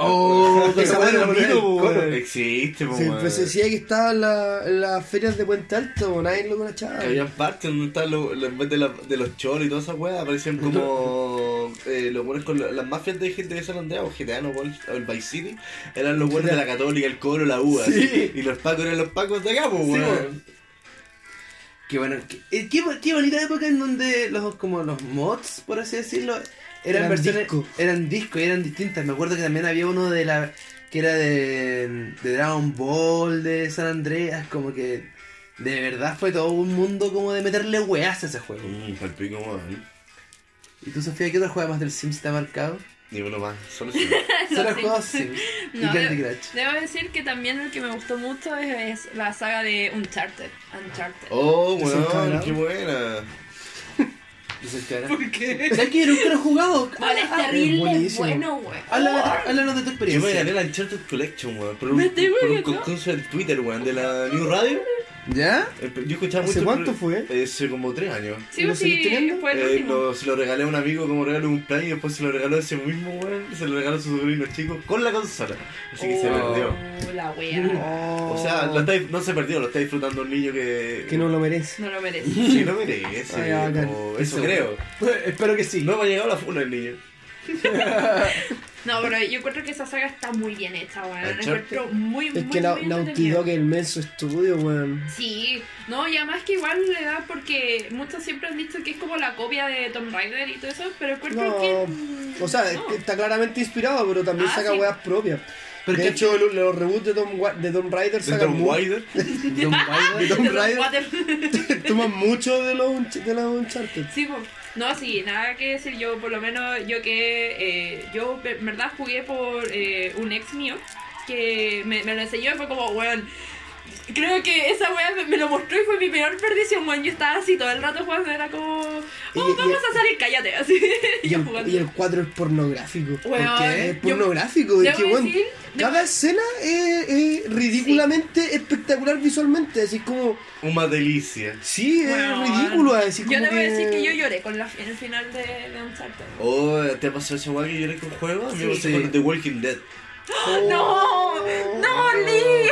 [SPEAKER 1] Oh,
[SPEAKER 4] <laughs> Esa
[SPEAKER 1] esa
[SPEAKER 4] weá
[SPEAKER 1] buena
[SPEAKER 4] era
[SPEAKER 1] moneda del
[SPEAKER 4] bonito,
[SPEAKER 1] Colo.
[SPEAKER 4] weón.
[SPEAKER 2] Existe, po,
[SPEAKER 4] Se,
[SPEAKER 2] weón.
[SPEAKER 4] pues, se decía que estaba en, la- en las ferias de Puente Alto, weón, nadie lo conocía.
[SPEAKER 2] Que habían partes donde estaban los, los- en vez de, la- de los cholos y todas esas weas, aparecían como eh, los buenos con la- las mafias de gente de San Andreas, o GTA, no, weón, o el Vice City, eran los buenos de la Católica, el Coro, la UA,
[SPEAKER 1] Sí.
[SPEAKER 2] así. y los pacos eran los pacos de acá, po,
[SPEAKER 1] Sí,
[SPEAKER 2] weón.
[SPEAKER 1] weón. Qué bueno, qué, eh, qué, bo- qué bonita época en donde los como los mods, por así decirlo, eran,
[SPEAKER 4] Eran
[SPEAKER 1] versiones
[SPEAKER 4] disco.
[SPEAKER 1] eran disco y eran distintas. Me acuerdo que también había uno de la que era de, de Dragon Ball, de San Andreas, como que de verdad fue todo un mundo como de meterle weas a ese juego.
[SPEAKER 2] Mmm, palpico, weón.
[SPEAKER 1] ¿Y tú Sofía qué otro juego más del Sims te ha
[SPEAKER 3] <laughs>
[SPEAKER 1] marcado?
[SPEAKER 2] Ni uno más, solo sí.
[SPEAKER 1] Solo
[SPEAKER 3] Sims.
[SPEAKER 1] juegos
[SPEAKER 3] <laughs>
[SPEAKER 1] Sims y
[SPEAKER 3] No,
[SPEAKER 1] Candy
[SPEAKER 3] debo-
[SPEAKER 1] Crush.
[SPEAKER 3] Debo decir que también el que me gustó mucho es, es la saga de Uncharted. Uncharted.
[SPEAKER 2] Oh,
[SPEAKER 4] ¿Te son
[SPEAKER 2] weón,
[SPEAKER 4] cagados?
[SPEAKER 2] qué buena.
[SPEAKER 1] Dice el que era-
[SPEAKER 3] ¿Por qué?
[SPEAKER 1] ¿Sabes que yo nunca lo he jugado?
[SPEAKER 3] Vale, es
[SPEAKER 4] Ah, es
[SPEAKER 3] terrible, es
[SPEAKER 4] buenísimo.
[SPEAKER 3] bueno, güey.
[SPEAKER 1] Habla- Háblanos de tu
[SPEAKER 2] Yo me gané
[SPEAKER 1] experiencia.
[SPEAKER 2] la Uncharted Collection, weón, por un,
[SPEAKER 3] Me estoy
[SPEAKER 2] por un
[SPEAKER 3] hueviando.
[SPEAKER 2] concurso en Twitter, weón, de la New Radio.
[SPEAKER 1] ¿Ya?
[SPEAKER 2] Eh, Yo escuchaba mucho.
[SPEAKER 4] ¿Hace
[SPEAKER 2] el
[SPEAKER 4] cuánto
[SPEAKER 2] pro-
[SPEAKER 4] fue?
[SPEAKER 2] Eh, Hace como tres años.
[SPEAKER 3] Sí,
[SPEAKER 4] ¿Lo
[SPEAKER 3] pues sí,
[SPEAKER 4] seguís teniendo?
[SPEAKER 3] fue el
[SPEAKER 2] Eh,
[SPEAKER 3] último.
[SPEAKER 2] lo- se lo regalé a un amigo como regalo un plan y después se lo regaló a ese mismo weón. Se lo regaló a su sobrino chico con la consola. Así que se
[SPEAKER 3] Oh,
[SPEAKER 2] perdió.
[SPEAKER 3] La wea.
[SPEAKER 2] O sea, lo está dif- no se perdió, lo está disfrutando un niño que.
[SPEAKER 4] Oh. que no lo merece.
[SPEAKER 3] No lo merece.
[SPEAKER 2] Sí, no merece.
[SPEAKER 4] Ay, bacán.
[SPEAKER 2] o eso
[SPEAKER 1] Eso.
[SPEAKER 2] creo.
[SPEAKER 1] <laughs> Espero que sí.
[SPEAKER 2] No me ha llegado la funa el niño.
[SPEAKER 3] No, pero yo encuentro que esa saga está muy bien hecha, weón. La
[SPEAKER 2] Uncharted.
[SPEAKER 3] encuentro muy, muy,
[SPEAKER 4] Es que Nau-
[SPEAKER 3] muy
[SPEAKER 4] Naughty
[SPEAKER 3] entretenida.
[SPEAKER 4] Dog es el menso estudio, weón.
[SPEAKER 3] Sí, no, y además que igual le da porque muchos siempre han dicho que es como la copia de Tomb Raider y todo eso, pero encuentro
[SPEAKER 4] No,
[SPEAKER 3] que. mm,
[SPEAKER 4] O sea,
[SPEAKER 3] no.
[SPEAKER 4] está claramente inspirado, pero también
[SPEAKER 3] Ah,
[SPEAKER 4] saca
[SPEAKER 3] sí.
[SPEAKER 4] weas propias.
[SPEAKER 1] Pero
[SPEAKER 4] de
[SPEAKER 1] que-
[SPEAKER 4] hecho, lo- los reboots de Tom, Wa- de Tom Rider
[SPEAKER 2] De
[SPEAKER 4] sacan
[SPEAKER 2] Tom
[SPEAKER 4] mu
[SPEAKER 2] Wider.
[SPEAKER 1] <laughs> Tomb Raider.
[SPEAKER 3] <laughs>
[SPEAKER 4] Tomb
[SPEAKER 3] De los
[SPEAKER 4] Raider.
[SPEAKER 3] Water-
[SPEAKER 4] <laughs> toman mucho de los, Unch- de
[SPEAKER 3] <laughs>
[SPEAKER 4] los Uncharted.
[SPEAKER 3] Sí, po. no, sí, nada que decir. Yo, por lo menos, yo que. eh, yo, en verdad, jugué por eh, un ex mío que me, me lo enseñó y fue como, weón. Creo que esa weá me, me lo mostró y fue mi peor perdición, weón. Yo estaba así todo el rato jugando, era como. Oh,
[SPEAKER 4] Y- y-
[SPEAKER 3] vamos a salir, cállate, así. <laughs>
[SPEAKER 4] Y
[SPEAKER 3] yo
[SPEAKER 4] el,
[SPEAKER 3] jugando.
[SPEAKER 4] y el cuadro es pornográfico.
[SPEAKER 3] Weón,
[SPEAKER 4] ¿Por qué? Es
[SPEAKER 3] yo-
[SPEAKER 4] pornográfico. Es
[SPEAKER 3] debo
[SPEAKER 4] que, weón,
[SPEAKER 3] decir-
[SPEAKER 4] cada escena es, es ridículamente espectacular visualmente. Así como,
[SPEAKER 2] Una delicia.
[SPEAKER 4] sí, es
[SPEAKER 3] Weón.
[SPEAKER 4] ridículo. Así
[SPEAKER 3] Yo
[SPEAKER 4] como
[SPEAKER 3] debo decir que yo lloré con la, el final de, de Uncharted.
[SPEAKER 2] Oh, ¿te ha pasado esa weá que lloré con juego? A mí me pasó
[SPEAKER 4] Sí.
[SPEAKER 2] con The Walking Dead.
[SPEAKER 4] Oh.
[SPEAKER 3] ¡No! ¡No, Lee!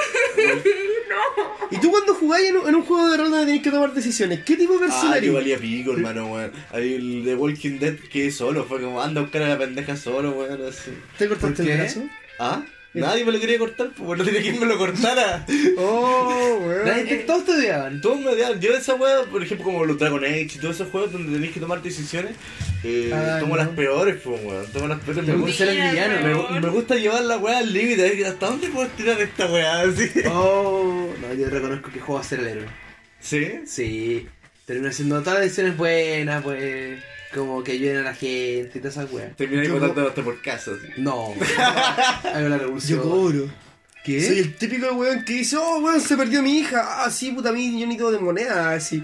[SPEAKER 3] <laughs> ¡No!
[SPEAKER 4] ¿Y tú cuando jugáis en un, en un juego de rol donde tenéis que tomar decisiones? ¿Qué tipo de
[SPEAKER 2] Ah, yo
[SPEAKER 4] personaje?
[SPEAKER 2] valía pico, hermano, weón. Ahí el The Walking Dead que solo, fue como anda a buscar a la pendeja solo, weón, así.
[SPEAKER 4] ¿Te cortaste
[SPEAKER 1] ¿Por
[SPEAKER 4] el
[SPEAKER 1] qué?
[SPEAKER 4] brazo?
[SPEAKER 2] ¿Ah? Nadie me lo quería cortar, pues no tenía quien me lo
[SPEAKER 4] <laughs>
[SPEAKER 2] cortara.
[SPEAKER 4] Oh,
[SPEAKER 1] <laughs>
[SPEAKER 4] weón.
[SPEAKER 1] Nadie te- todos te odiaban.
[SPEAKER 2] Todo me odiaba. Yo esa weá, por ejemplo, como los Dragon Age y todos esos juegos donde tenéis que tomar decisiones, eh,
[SPEAKER 4] Ah,
[SPEAKER 2] tomo
[SPEAKER 4] no.
[SPEAKER 2] las peores, pues weón. Tomo las peores. Me,
[SPEAKER 1] Te
[SPEAKER 2] gusta,
[SPEAKER 1] gusta el
[SPEAKER 3] Mira,
[SPEAKER 1] villano.
[SPEAKER 3] weón.
[SPEAKER 2] me, me gusta llevar la weá al límite, a ver hasta dónde puedo tirar esta weá así. <laughs>
[SPEAKER 1] Oh, no, yo reconozco que juego a ser el héroe.
[SPEAKER 2] ¿Sí?
[SPEAKER 1] Sí, termino haciendo todas las decisiones buenas, pues, como que ayuden a la gente y todas esas weas.
[SPEAKER 2] Terminé
[SPEAKER 4] Yo
[SPEAKER 2] contando hasta por casa, así.
[SPEAKER 1] <laughs> No, hago la revolución.
[SPEAKER 4] Yo cobro.
[SPEAKER 1] ¿Qué?
[SPEAKER 4] Soy el típico weón que dice, oh weón, se perdió mi hija. Ah, sí, puta, mi yo necesito de moneda, <laughs> así.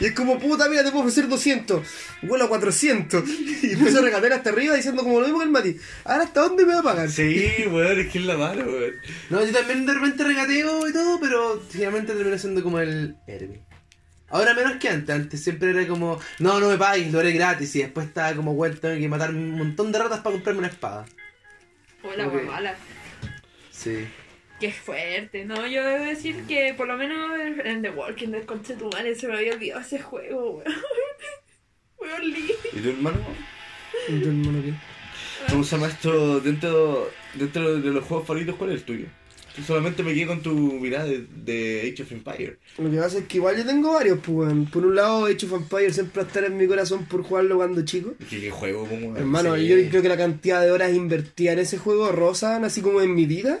[SPEAKER 4] y es como, puta, mira, te puedo ofrecer 200. Vuelo a 400. Y empiezo a regatear hasta arriba diciendo como lo mismo que el Mati. Ahora, ¿hasta dónde me va a pagar?
[SPEAKER 2] Sí, weón, es que es la mala, weón.
[SPEAKER 1] No, yo también de repente regateo y todo, pero finalmente termino siendo como el héroe. Ahora menos que antes, antes siempre era como, no, no me pagues, lo haré gratis. Y después estaba como, bueno, tengo que matar un montón de ratas para comprarme una espada.
[SPEAKER 3] Fue la
[SPEAKER 1] Ok.
[SPEAKER 3] weá mala.
[SPEAKER 1] Sí.
[SPEAKER 3] Qué fuerte, ¿no? Yo debo decir que por lo menos en The Walking Dead con Chetumare se me había olvidado ese juego, weón. <laughs> Weón Lee.
[SPEAKER 2] ¿Y tu hermano?
[SPEAKER 4] Y todo el mono que-
[SPEAKER 2] ¿Cómo se llama esto dentro, dentro de los juegos favoritos? ¿Cuál es el tuyo? Yo solamente me quedé con tu mirada de, de Age of Empire.
[SPEAKER 4] Lo que pasa es que igual yo tengo varios, pues weón. Por un lado, Age of Empires siempre va a estar en mi corazón por jugarlo cuando chico.
[SPEAKER 2] ¿Qué, qué juego? ¿Cómo?
[SPEAKER 4] Hermano,
[SPEAKER 2] Sí.
[SPEAKER 4] yo creo que la cantidad de horas invertidas en ese juego rozan, así como en mi vida.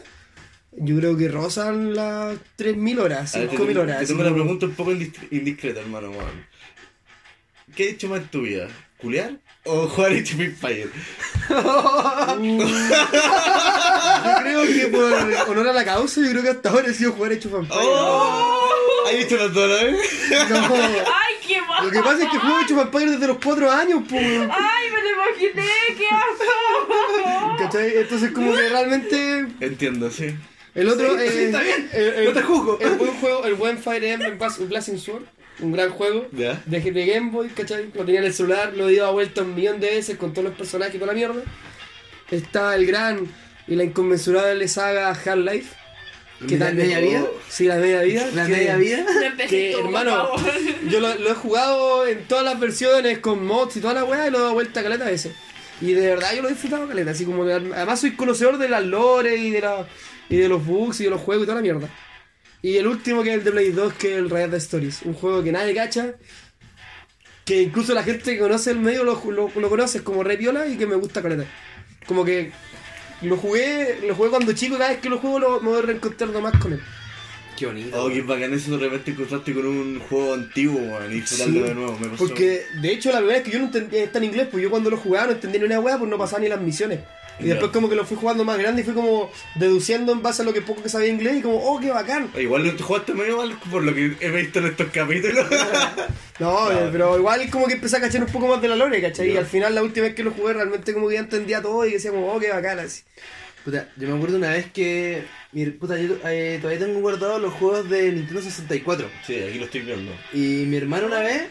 [SPEAKER 4] Yo creo que rozan las 3.000 horas,
[SPEAKER 2] A ver, te
[SPEAKER 4] 5.000
[SPEAKER 2] tengo-
[SPEAKER 4] horas.
[SPEAKER 2] Te
[SPEAKER 4] así
[SPEAKER 2] tengo una
[SPEAKER 4] como- <laughs>
[SPEAKER 2] pregunta un poco indis- indiscreta, hermano. weón. ¿Qué has hecho más en tu vida? ¿Culear o jugar Age of Empire?
[SPEAKER 4] <laughs> Yo creo que por honor a la causa, yo creo que hasta ahora he sido jugar hecho vampiro.
[SPEAKER 2] ¡Oh! ¿Has hecho las dos a la vez?
[SPEAKER 4] No.
[SPEAKER 3] ¡Ay, qué mal!
[SPEAKER 4] Lo que pasa es que juego hecho vampiro desde los 4 años, pues.
[SPEAKER 3] ¡Ay, me lo imaginé! ¡Qué asco!
[SPEAKER 4] ¿Cachai? Entonces como que realmente
[SPEAKER 2] Entiendo, sí.
[SPEAKER 4] El otro eh,
[SPEAKER 1] Sí,
[SPEAKER 4] es.
[SPEAKER 1] sí, está bien.
[SPEAKER 4] El, el-
[SPEAKER 1] No te juzgo.
[SPEAKER 4] El buen juego, el buen Fire Emblem Blas- Blazing Sword, un gran juego.
[SPEAKER 2] Ya.
[SPEAKER 4] De, de Game Boy, ¿cachai? Lo tenía en el celular, lo he ido a vuelta un millón de veces con todos los personajes y toda la mierda. Está el gran y la inconmensurable saga Half-Life. ¿Qué
[SPEAKER 1] ¿La
[SPEAKER 4] tal?
[SPEAKER 1] media vida?
[SPEAKER 4] Sí, la media vida.
[SPEAKER 1] ¿La
[SPEAKER 4] que-
[SPEAKER 1] media vida?
[SPEAKER 3] Lo <laughs> empecé
[SPEAKER 4] que,
[SPEAKER 3] todo, por
[SPEAKER 4] hermano,
[SPEAKER 3] favor. <laughs>
[SPEAKER 4] yo lo, lo he jugado en todas las versiones con mods y toda la weá y lo he dado vuelta caleta a veces. Y de verdad yo lo he disfrutado caleta, así como que además soy conocedor de las lores y de la, y de los bugs y de los juegos y toda la mierda. Y el último que es el de Play 2, que es el Red Dead Stories, un juego que nadie cacha, que incluso la gente que conoce el medio lo, lo, lo conoce como re piola y que me gusta caleta. Como que lo jugué, lo jugué cuando chico y cada vez que lo juego lo, me voy reencontrando más con él.
[SPEAKER 1] Qué bonito.
[SPEAKER 2] Oh, qué bacán eso de repente encontrarte con un juego antiguo, weón, y disfrutarlo
[SPEAKER 4] Sí,
[SPEAKER 2] de nuevo. Me pasó.
[SPEAKER 4] Porque de hecho la primera vez que yo no entendía está en inglés, pues yo cuando lo jugaba no entendía ni una weá, pues no pasaba ni las misiones. Y
[SPEAKER 2] Ya.
[SPEAKER 4] después como que lo fui jugando más grande y fui como deduciendo en base a lo que poco que sabía inglés y como, oh, qué bacán.
[SPEAKER 2] Igual lo jugaste medio mal por lo que he visto en estos
[SPEAKER 4] <laughs>
[SPEAKER 2] capítulos.
[SPEAKER 4] No,
[SPEAKER 2] Claro.
[SPEAKER 4] eh, pero igual como que empecé a cachar un poco más de la lore, ¿cachai? Y
[SPEAKER 2] Ya.
[SPEAKER 4] al final la última vez que lo jugué realmente como que ya entendía todo y decía como, oh, qué bacán, así.
[SPEAKER 1] Puta, yo me acuerdo una vez que. mi- puta, yo eh, todavía tengo guardados los juegos de Nintendo 64.
[SPEAKER 2] sí, aquí lo estoy viendo.
[SPEAKER 1] Y mi hermano una vez,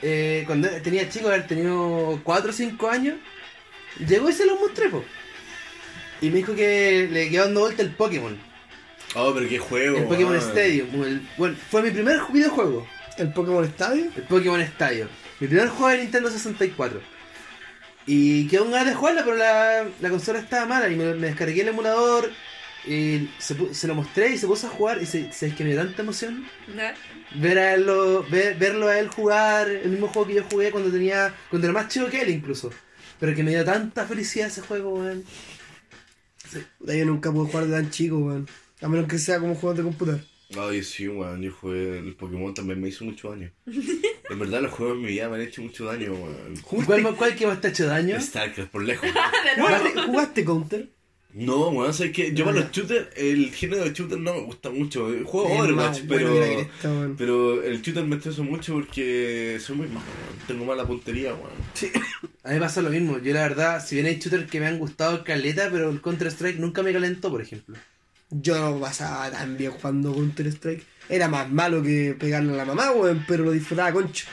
[SPEAKER 1] eh, cuando tenía chico, haber tenido 4 o 5 años, llegó y se los mostré, po. Y me dijo que le quedó dando vuelta el Pokémon.
[SPEAKER 2] Oh, pero qué juego.
[SPEAKER 1] el Pokémon
[SPEAKER 2] weón.
[SPEAKER 1] Stadium. el- bueno, fue mi primer ju- videojuego.
[SPEAKER 4] El Pokémon Stadium.
[SPEAKER 1] El Pokémon Stadium. Mi primer juego de Nintendo 64. Y quedó un ganas de jugarla, pero la, la consola estaba mala. Y me, me descargué el emulador. Y se, pu- se lo mostré y se puso a jugar. Y se, se- es que me dio tanta emoción
[SPEAKER 3] ¿no?
[SPEAKER 1] ver a él lo- ver- verlo a él jugar el mismo juego que yo jugué cuando tenía. Cuando era más chido que él, incluso. Pero que me dio tanta felicidad ese juego, weón.
[SPEAKER 4] Puta, Yo nunca pude jugar de tan chico, weón. A menos que sea como juegos de computador.
[SPEAKER 2] Ay, sí, weón, yo jugué. El Pokémon también me hizo mucho
[SPEAKER 4] <laughs>
[SPEAKER 2] daño. En verdad, los juegos en mi vida me han hecho mucho daño, weón.
[SPEAKER 1] ¿Y ¿Cuál, cuál que más te ha hecho daño?
[SPEAKER 2] StarCraft, por lejos.
[SPEAKER 3] De nuevo.
[SPEAKER 4] ¿Jugaste, jugaste Counter?
[SPEAKER 2] No, weón, sé que yo para los shooters, el género de shooter no me gusta mucho. Juego
[SPEAKER 4] Es
[SPEAKER 2] Overwatch,
[SPEAKER 4] más
[SPEAKER 2] pero.
[SPEAKER 4] bueno que la cresta, weón.
[SPEAKER 2] Pero el shooter me estreso mucho porque soy muy malo, weón. tengo mala puntería, weón.
[SPEAKER 1] A mí me pasa lo mismo. Yo, la verdad, si bien hay shooters que me han gustado caleta, pero el Counter-Strike nunca me calentó, por ejemplo.
[SPEAKER 4] Yo no pasaba tan bien jugando Counter Strike. Era más malo que pegarle a la mamá, weón, pero lo disfrutaba concho.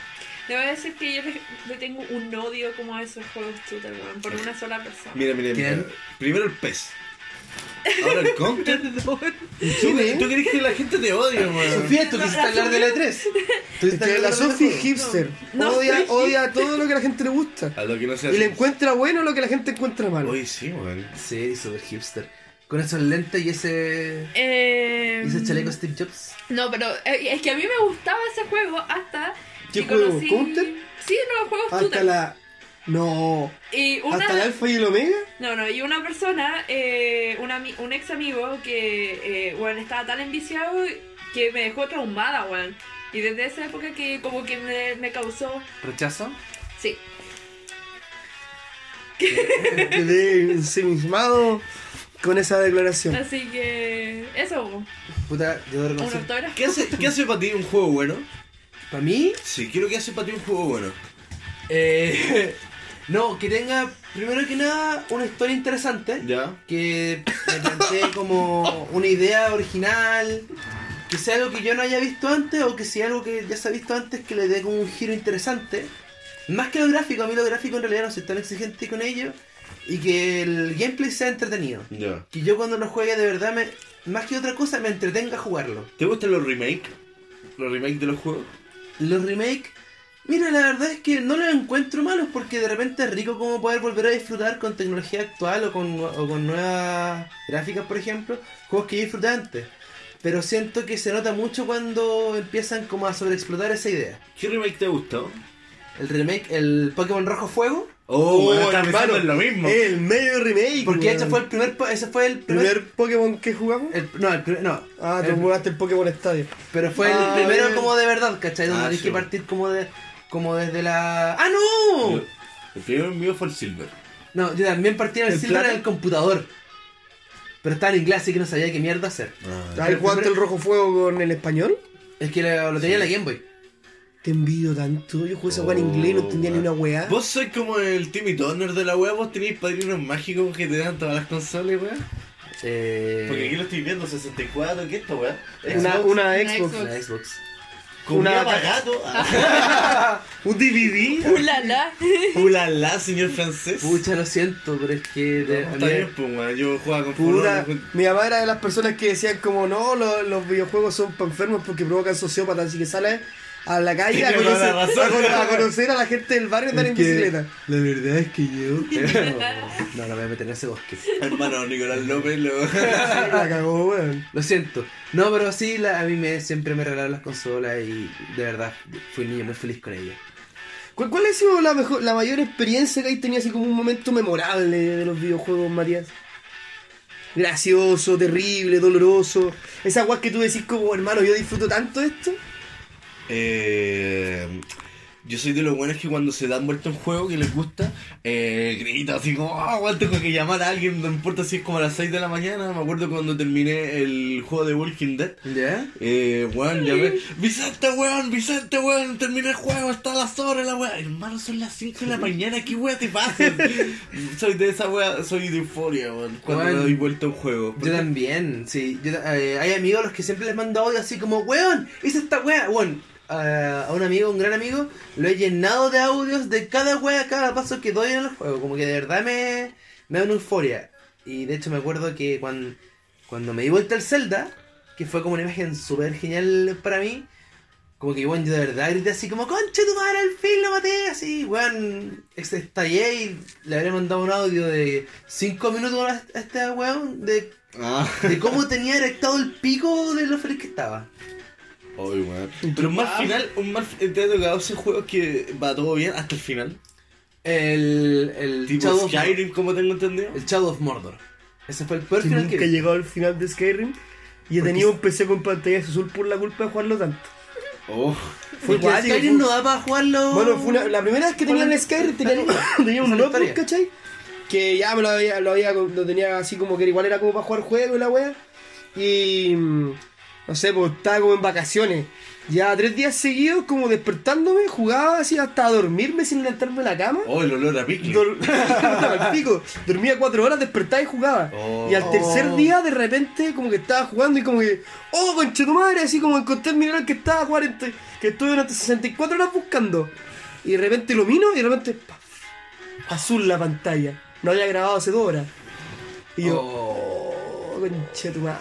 [SPEAKER 3] Te voy a decir que yo le, le tengo un odio como a esos juegos shooter, weón, por una sola persona.
[SPEAKER 2] Mira, mira, mira.
[SPEAKER 1] ¿Quién?
[SPEAKER 2] Primero el pez. Ahora el <laughs> counter.
[SPEAKER 4] Sí,
[SPEAKER 2] ¿Tú,
[SPEAKER 4] ¿eh?
[SPEAKER 2] tú crees que la gente te odia, weón?
[SPEAKER 1] Sofía, tú quisiste hablar de la <laughs> E3. Tú
[SPEAKER 4] Es
[SPEAKER 1] quisiste
[SPEAKER 4] que
[SPEAKER 1] hablar
[SPEAKER 4] la
[SPEAKER 1] de E
[SPEAKER 4] Sofi
[SPEAKER 1] juego. Ah,
[SPEAKER 4] es hipster.
[SPEAKER 3] No, no
[SPEAKER 4] odia,
[SPEAKER 3] <laughs> soy
[SPEAKER 4] odia todo lo que a la gente le gusta.
[SPEAKER 2] A lo que no sea
[SPEAKER 4] Y le
[SPEAKER 2] así.
[SPEAKER 4] encuentra bueno lo que la gente encuentra malo.
[SPEAKER 2] Oye, sí, weón.
[SPEAKER 1] Sí, súper hipster. Con esos lentes y ese.
[SPEAKER 3] Eh,
[SPEAKER 1] y ese chaleco Steve Jobs.
[SPEAKER 3] No, pero eh, es que a mí me gustaba ese juego hasta.
[SPEAKER 4] ¿Qué
[SPEAKER 3] que
[SPEAKER 4] juego?
[SPEAKER 3] conocí-
[SPEAKER 4] ¿Counter? Ah,
[SPEAKER 3] Sí, no, los juegos
[SPEAKER 4] Hasta
[SPEAKER 3] shooter.
[SPEAKER 4] la. No.
[SPEAKER 3] Y una
[SPEAKER 4] Hasta la alfa y el omega.
[SPEAKER 3] No, no, y una persona, eh, un, ami- un ex amigo que, eh, weón, estaba tan enviciado que me dejó traumada, weón. Y desde esa época que como que me, me causó...
[SPEAKER 1] ¿Rechazo?
[SPEAKER 3] Sí.
[SPEAKER 4] Quedé ensimismado con esa declaración.
[SPEAKER 3] Así que... Eso, weón.
[SPEAKER 1] Puta, yo debo
[SPEAKER 3] un
[SPEAKER 1] reconocer.
[SPEAKER 3] autógrafo.
[SPEAKER 2] ¿Qué hace, ¿Qué hace para ti un juego bueno?
[SPEAKER 1] Para mí,
[SPEAKER 2] Sí, quiero que hace para ti un juego bueno.
[SPEAKER 1] eh, <laughs> no, que tenga primero que nada una historia interesante.
[SPEAKER 2] ¿Ya?
[SPEAKER 1] Que me plantee como una idea original. Que sea algo que yo no haya visto antes o que sea algo que ya se ha visto antes que le dé como un giro interesante. Más que lo gráfico, a mí lo gráfico en realidad no soy tan exigente con ello. Y que el gameplay sea entretenido.
[SPEAKER 2] Ya.
[SPEAKER 1] Que yo cuando lo juegue de verdad, me, más que otra cosa, me entretenga jugarlo.
[SPEAKER 2] ¿Te gustan los remakes? ¿Los remakes de los juegos?
[SPEAKER 1] Los remakes, mira, la verdad es que no los encuentro malos porque de repente es rico como poder volver a disfrutar con tecnología actual o con, o con nuevas gráficas, por ejemplo, juegos que yo disfruté antes. Pero siento que se nota mucho cuando empiezan como a sobreexplotar esa idea.
[SPEAKER 2] ¿Qué remake te ha gustado?
[SPEAKER 1] El remake, el Pokémon Rojo Fuego,
[SPEAKER 2] Oh, Eh, weón, estaba
[SPEAKER 4] hermano,
[SPEAKER 2] pensando en lo mismo.
[SPEAKER 4] El medio remake.
[SPEAKER 1] porque
[SPEAKER 4] weón.
[SPEAKER 1] ese fue el primer, po- ese fue el primer,
[SPEAKER 4] primer Pokémon que jugamos.
[SPEAKER 1] el- no, el primer- no,
[SPEAKER 4] Ah, tú
[SPEAKER 1] el-
[SPEAKER 4] jugaste el Pokémon Estadio.
[SPEAKER 1] Pero fue
[SPEAKER 4] Ah,
[SPEAKER 1] el primero
[SPEAKER 4] bien.
[SPEAKER 1] como de verdad, ¿cachai? Donde
[SPEAKER 2] Ah,
[SPEAKER 1] tenés
[SPEAKER 2] sí,
[SPEAKER 1] que
[SPEAKER 2] bueno.
[SPEAKER 1] partir como de. como desde la. ¡Ah, no!
[SPEAKER 2] Yo- El primero mío fue el Silver.
[SPEAKER 1] No, yo también partí en el
[SPEAKER 4] ¿El
[SPEAKER 1] Silver en
[SPEAKER 4] plata?
[SPEAKER 1] el computador. Pero estaba en inglés, así que no sabía qué mierda hacer.
[SPEAKER 2] Ah.
[SPEAKER 4] ¿Ahí
[SPEAKER 1] el
[SPEAKER 4] jugaste el
[SPEAKER 1] primer-
[SPEAKER 4] Rojo Fuego con el español?
[SPEAKER 1] Es que lo, lo tenía en la Game Boy.
[SPEAKER 4] Te envidio tanto. Yo jugué esa weá en inglés y no entendía ni una weá.
[SPEAKER 2] Vos sois como el Timmy Turner de la wea, vos tenéis padrinos mágicos que te dan todas las consolas, wea.
[SPEAKER 1] Eh,
[SPEAKER 2] Porque aquí lo estoy viendo, 64, ¿qué es esta wea?
[SPEAKER 4] Una, una
[SPEAKER 3] Una
[SPEAKER 4] Xbox.
[SPEAKER 3] Xbox.
[SPEAKER 1] la Xbox.
[SPEAKER 2] Comida
[SPEAKER 4] una-
[SPEAKER 2] para <laughs>
[SPEAKER 4] <laughs>
[SPEAKER 2] gato.
[SPEAKER 4] Un DVD.
[SPEAKER 3] ¡Ulala!
[SPEAKER 2] Ulala, Uh, señor francés.
[SPEAKER 1] Pucha, lo siento, pero es que.
[SPEAKER 4] eh,
[SPEAKER 1] de- a
[SPEAKER 2] Está
[SPEAKER 1] mí-
[SPEAKER 2] bien, pues, wea, Yo jugaba con
[SPEAKER 4] Puta,
[SPEAKER 2] Puro, con-
[SPEAKER 4] mi mamá era de las personas que decían como no, lo- los videojuegos son para enfermos porque provocan sociópatas, así que sales a la calle a <laughs>
[SPEAKER 2] Tenía toda
[SPEAKER 4] conocer,
[SPEAKER 2] la
[SPEAKER 4] a,
[SPEAKER 2] razón.
[SPEAKER 4] cono- a conocer a la gente del barrio y andar en bicicleta.
[SPEAKER 1] La verdad es que yo. <laughs> no, no me voy a meter en ese bosque.
[SPEAKER 2] Hermano Nicolás López, lo...
[SPEAKER 4] <laughs>
[SPEAKER 2] <laughs>
[SPEAKER 4] La cagó, weón.
[SPEAKER 1] Lo siento. No, pero sí, la- a mí me, siempre me regalaron las consolas y de verdad fui un niño muy feliz con ellas.
[SPEAKER 4] ¿Cuál, cuál ha sido la, mejor, la mayor experiencia que hay tenido así como un momento memorable de los videojuegos, Matías? Gracioso, terrible, doloroso. Esa guas que tú decís como, hermano, yo disfruto tanto esto.
[SPEAKER 2] Eh, yo soy de los buenos que cuando se dan vuelta un juego que les gusta, eh, grita así como, ah, weón, tengo que llamar a alguien, no importa si es como a las 6 de la mañana. Me acuerdo cuando terminé el juego de Walking Dead.
[SPEAKER 1] ¿Ya?
[SPEAKER 2] Eh, weón, <laughs> llamé, Vicente, weón, Vicente, weón, terminé el juego, está a las horas la weón. Hermano, son las 5 de la mañana, ¿qué weón te <laughs> pasa? soy de esa weón, soy de euforia, weón, cuando
[SPEAKER 1] Weón.
[SPEAKER 2] me doy vuelta a un juego.
[SPEAKER 1] Yo también, sí. Yo ta- eh, hay amigos a los que siempre les mando audio así como, weón, hice esta wea. Weón, a a un amigo, un gran amigo, lo he llenado de audios de cada wea, cada paso que doy en el juego. Como que de verdad me, me da una euforia. Y de hecho me acuerdo que cuando, cuando me di vuelta al Zelda, que fue como una imagen súper genial para mí, Como que, weón, yo de verdad grité así como, concha tu madre, al fin lo maté, así, weón, ex- estallé y le habré mandado un audio de 5 minutos a a este weón de,
[SPEAKER 2] Ah.
[SPEAKER 1] de cómo tenía erectado el pico de lo feliz que estaba.
[SPEAKER 2] Ay, weón. Pero un mal final, un mal fi- te ha tocado ese juego que va todo bien hasta el final.
[SPEAKER 1] El, el,
[SPEAKER 2] Tipo
[SPEAKER 1] Shadow of-
[SPEAKER 2] Skyrim, como tengo entendido.
[SPEAKER 1] el Shadow of Mordor. Ese fue el peor
[SPEAKER 4] Que
[SPEAKER 1] final
[SPEAKER 4] nunca
[SPEAKER 1] que... vi.
[SPEAKER 4] llegó al final de Skyrim y he
[SPEAKER 1] Porque
[SPEAKER 4] tenido un PC con pantalla azul por la culpa de jugarlo tanto.
[SPEAKER 2] Oh.
[SPEAKER 4] Fue
[SPEAKER 1] Porque
[SPEAKER 4] cuático,
[SPEAKER 1] Skyrim
[SPEAKER 4] fue-
[SPEAKER 1] no da para jugarlo...
[SPEAKER 4] Bueno, fue una- la primera vez que tenía
[SPEAKER 1] Bueno,
[SPEAKER 4] el Skyrim tenía, <laughs> tenía
[SPEAKER 1] esa
[SPEAKER 4] un
[SPEAKER 1] es la
[SPEAKER 4] notebook,
[SPEAKER 1] historia.
[SPEAKER 4] ¿cachai? Que ya me lo había, lo había lo tenía así como que igual era como para jugar juegos y la wea. Y mm, no sé, pues estaba como en vacaciones. Ya tres días seguidos, como despertándome, jugaba así hasta dormirme sin levantarme de la cama.
[SPEAKER 2] Oh, el olor a picle.
[SPEAKER 4] <laughs> Dor- Al pico. Dormía cuatro horas, despertaba y jugaba.
[SPEAKER 2] Oh.
[SPEAKER 4] Y al tercer
[SPEAKER 1] Oh.
[SPEAKER 4] día, de repente, como que estaba jugando y como que, oh, concha tu madre, así como encontré el mineral que estaba 40, que estuve durante 64 horas buscando. Y de repente lo miro y de repente, ¡paf! azul la pantalla. No había grabado hace dos horas. Y yo, oh, concha tu madre.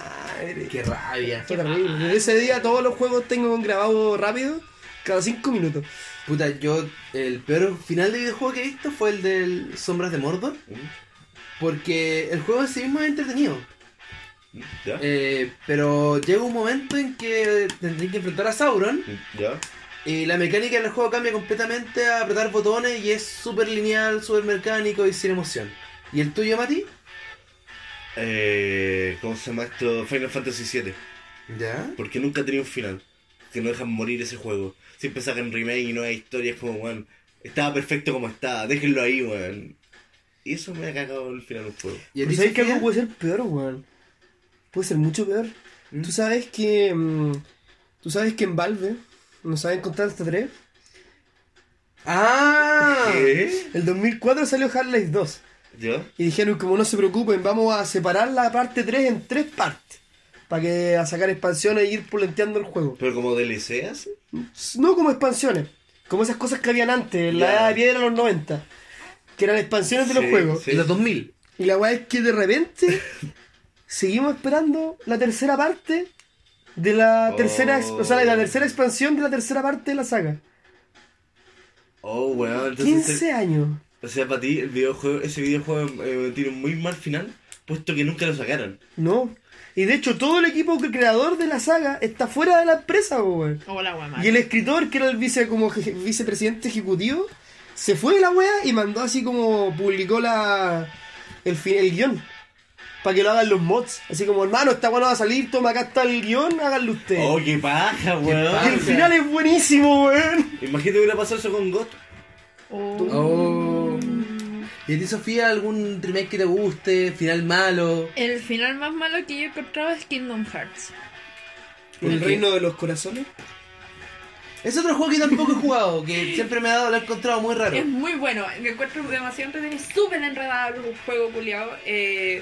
[SPEAKER 1] Qué rabia.
[SPEAKER 4] Fue terrible. Desde ese día todos los juegos tengo grabado rápido, cada cinco minutos.
[SPEAKER 1] Puta, yo el peor final de videojuego que he visto fue el del Sombras de Mordor.
[SPEAKER 2] Mm,
[SPEAKER 1] Porque el juego en sí mismo es entretenido.
[SPEAKER 2] mm, ¿Ya?
[SPEAKER 1] Eh, pero llega un momento en que tendréis que enfrentar a Sauron.
[SPEAKER 2] Mm, ¿Ya?
[SPEAKER 1] Y la mecánica del juego cambia completamente a apretar botones y es súper lineal, súper mecánico y sin emoción. ¿Y el tuyo, Mati?
[SPEAKER 2] Eh, ¿Cómo se llama esto? Final Fantasy VII.
[SPEAKER 1] Ya.
[SPEAKER 2] Porque nunca tenía un final. Que no dejan morir ese juego. Siempre sacan remake y nuevas historias como, weón. Estaba perfecto como estaba. Déjenlo ahí, weón. Y eso me ha cagado el final del juego.
[SPEAKER 1] ¿Y a ti,
[SPEAKER 4] Pero Pues sabes que
[SPEAKER 1] Sofía?
[SPEAKER 4] algo puede ser peor, weón. Puede ser mucho peor.
[SPEAKER 1] ¿Mm?
[SPEAKER 4] Tú sabes que. mm, tú sabes que en Valve no saben contar este hasta 3.
[SPEAKER 1] ¡Ah!
[SPEAKER 2] ¿Qué?
[SPEAKER 4] El 2004 salió Half-Life 2.
[SPEAKER 2] ¿Ya?
[SPEAKER 4] Y dijeron, como no se preocupen, vamos a separar la parte 3 en tres partes. Para que a sacar expansiones e ir pulenteando el juego.
[SPEAKER 2] ¿Pero como DLC así?
[SPEAKER 4] No como expansiones, como esas cosas que habían antes, en la
[SPEAKER 2] Ya.
[SPEAKER 4] edad de piedra de los 90. Que eran expansiones de los
[SPEAKER 2] Sí,
[SPEAKER 4] juegos.
[SPEAKER 2] sí.
[SPEAKER 1] En los 2000.
[SPEAKER 4] Y la weá es que de repente seguimos esperando la tercera parte de la
[SPEAKER 2] Oh.
[SPEAKER 4] tercera, ex- o sea, de la tercera expansión de la tercera parte de la saga.
[SPEAKER 2] Oh, weón. Entonces, este
[SPEAKER 4] 15 años.
[SPEAKER 2] O sea, para ti, el videojuego, ese videojuego eh, tiene un muy mal final, puesto que nunca lo sacaron.
[SPEAKER 4] No. Y de hecho todo el equipo cre- creador de la saga está fuera de la empresa, po, weón.
[SPEAKER 3] Hola, guamán.
[SPEAKER 4] Y el escritor, que era el vice como je- vicepresidente ejecutivo, se fue de la wea y mandó así como publicó la el, fi- el guión. Para que lo hagan los mods. Así como, hermano, esta weá no va a salir, toma acá está el guión, háganlo ustedes.
[SPEAKER 2] Oh, qué paja,
[SPEAKER 4] Y el
[SPEAKER 2] weón.
[SPEAKER 4] final es buenísimo, weón.
[SPEAKER 2] Imagínate que hubiera pasado eso con GOT.
[SPEAKER 1] Oh. ¿Y a ti, Sofía, algún remake que te guste? ¿Final malo?
[SPEAKER 3] El final más malo que yo he encontrado es Kingdom Hearts.
[SPEAKER 1] ¿El reino
[SPEAKER 4] de los corazones?
[SPEAKER 1] Es otro juego que tampoco he jugado, que siempre me ha dado, lo he encontrado muy raro.
[SPEAKER 3] Es muy bueno, me encuentro demasiado entretenido, súper enredado el juego culiado. Eh,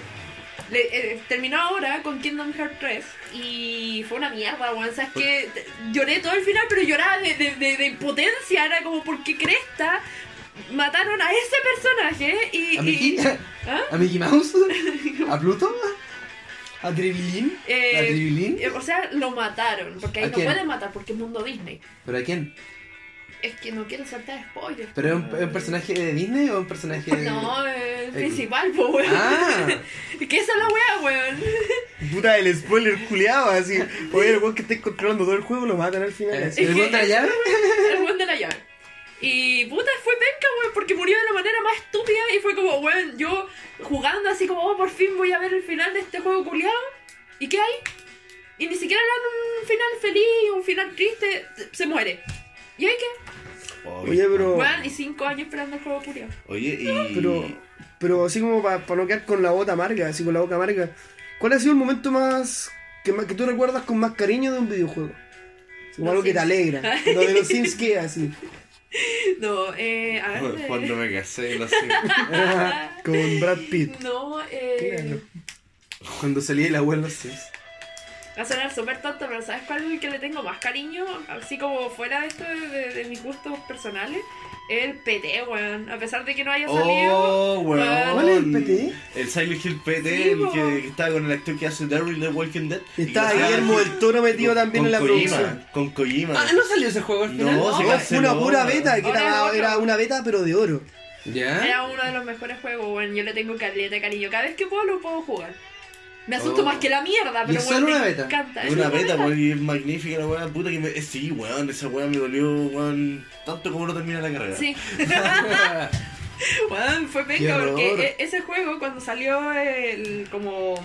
[SPEAKER 3] le- eh, terminó ahora con Kingdom Hearts 3 y fue una mierda, weón. Sabes que lloré todo el final, pero lloraba de, de, de- de impotencia. Era como porque cresta mataron a ese personaje y.
[SPEAKER 1] ¿A
[SPEAKER 3] y-
[SPEAKER 1] Mickey?
[SPEAKER 3] ¿Ah?
[SPEAKER 1] ¿A Mickey Mouse? ¿A Pluto?
[SPEAKER 4] ¿A Trevelin?
[SPEAKER 1] ¿A
[SPEAKER 3] eh,
[SPEAKER 1] Tribilín?
[SPEAKER 3] eh, o sea, lo mataron, porque ahí
[SPEAKER 1] ¿A
[SPEAKER 3] no
[SPEAKER 1] quién?
[SPEAKER 3] pueden matar porque es mundo Disney.
[SPEAKER 1] ¿Pero a quién?
[SPEAKER 3] Es que no quiero saltar spoilers.
[SPEAKER 1] ¿Pero es un,
[SPEAKER 3] weón.
[SPEAKER 1] es un personaje de Disney o un personaje de.?
[SPEAKER 3] No, eh, el principal, po, weón.
[SPEAKER 1] Ah,
[SPEAKER 3] ¿Qué es esa la weá, weón?
[SPEAKER 4] Puta, el spoiler culiado, así. Oye, el weón que está controlando todo el juego lo matan al
[SPEAKER 3] Eh.
[SPEAKER 4] final. así.
[SPEAKER 1] ¿el botón de la llave?
[SPEAKER 3] El weón de la llave. Y puta, fue penca, weón, porque murió de la manera más estúpida y fue como, weón, yo jugando así como, oh, por fin voy a ver el final de este juego culiado. ¿Y qué hay? Y ni siquiera le dan un final feliz, un final triste, se muere. ¿Y hay qué?
[SPEAKER 4] Oye, pero-
[SPEAKER 3] Weón, y cinco años esperando el juego culiado.
[SPEAKER 2] Oh, Oye, y.
[SPEAKER 4] Pero,
[SPEAKER 2] <laughs>
[SPEAKER 4] pero así como para no quedar con la bota amarga, así con la boca amarga. ¿Cuál ha sido el momento más que, más- que tú recuerdas con más cariño de un videojuego? Así Como
[SPEAKER 3] Los
[SPEAKER 4] algo que te
[SPEAKER 3] Sims.
[SPEAKER 4] alegra. Lo de los Sims
[SPEAKER 3] <laughs>
[SPEAKER 4] que así.
[SPEAKER 3] No, eh, Ah. a ver.
[SPEAKER 2] Cuando me casé, no sé.
[SPEAKER 4] con Brad Pitt.
[SPEAKER 3] <laughs> No, eh.
[SPEAKER 4] Claro.
[SPEAKER 1] Cuando salí el abuelo, sí.
[SPEAKER 3] Va a sonar súper tonto, pero ¿sabes cuál es el que le tengo más cariño? Así como fuera de esto de, de- de mis gustos personales. El PT, weón. A pesar de que no haya salido.
[SPEAKER 2] Oh, weón.
[SPEAKER 4] ¿Cuál es el PT?
[SPEAKER 2] El Silent Hill PT,
[SPEAKER 3] Sí,
[SPEAKER 2] el que,
[SPEAKER 3] weón.
[SPEAKER 2] que está con el actor que hace Daryl de Walking Dead.
[SPEAKER 4] Y Está
[SPEAKER 2] Y que
[SPEAKER 4] Guillermo
[SPEAKER 2] hace-
[SPEAKER 4] del Toro metido también en la
[SPEAKER 2] Kojima,
[SPEAKER 4] producción.
[SPEAKER 2] Con Kojima.
[SPEAKER 1] Ah, no salió ese juego al final.
[SPEAKER 2] No, se
[SPEAKER 4] No, fue
[SPEAKER 2] canceló,
[SPEAKER 4] una pura
[SPEAKER 2] weón.
[SPEAKER 4] beta, que era,
[SPEAKER 3] Ahora es
[SPEAKER 4] era
[SPEAKER 3] otro.
[SPEAKER 4] una beta pero de oro.
[SPEAKER 1] ¿Ya?
[SPEAKER 3] Era uno de los mejores juegos, weón. Yo le tengo caleta de cariño. Cada vez que puedo lo puedo jugar. Me asusto
[SPEAKER 1] Oh.
[SPEAKER 3] más que la mierda,
[SPEAKER 1] ¿Y
[SPEAKER 3] pero
[SPEAKER 1] es
[SPEAKER 3] weón,
[SPEAKER 1] solo
[SPEAKER 3] me
[SPEAKER 1] una beta?
[SPEAKER 3] encanta.
[SPEAKER 2] Es
[SPEAKER 3] Es
[SPEAKER 2] una beta, weón, y es magnífica la weá, puta que me. eh, Sí, weón, esa weá me dolió, weón, tanto como no termina la carrera.
[SPEAKER 3] Sí. <laughs> Weón, fue
[SPEAKER 1] Qué
[SPEAKER 3] penca
[SPEAKER 1] horror.
[SPEAKER 3] porque e- ese juego cuando salió el como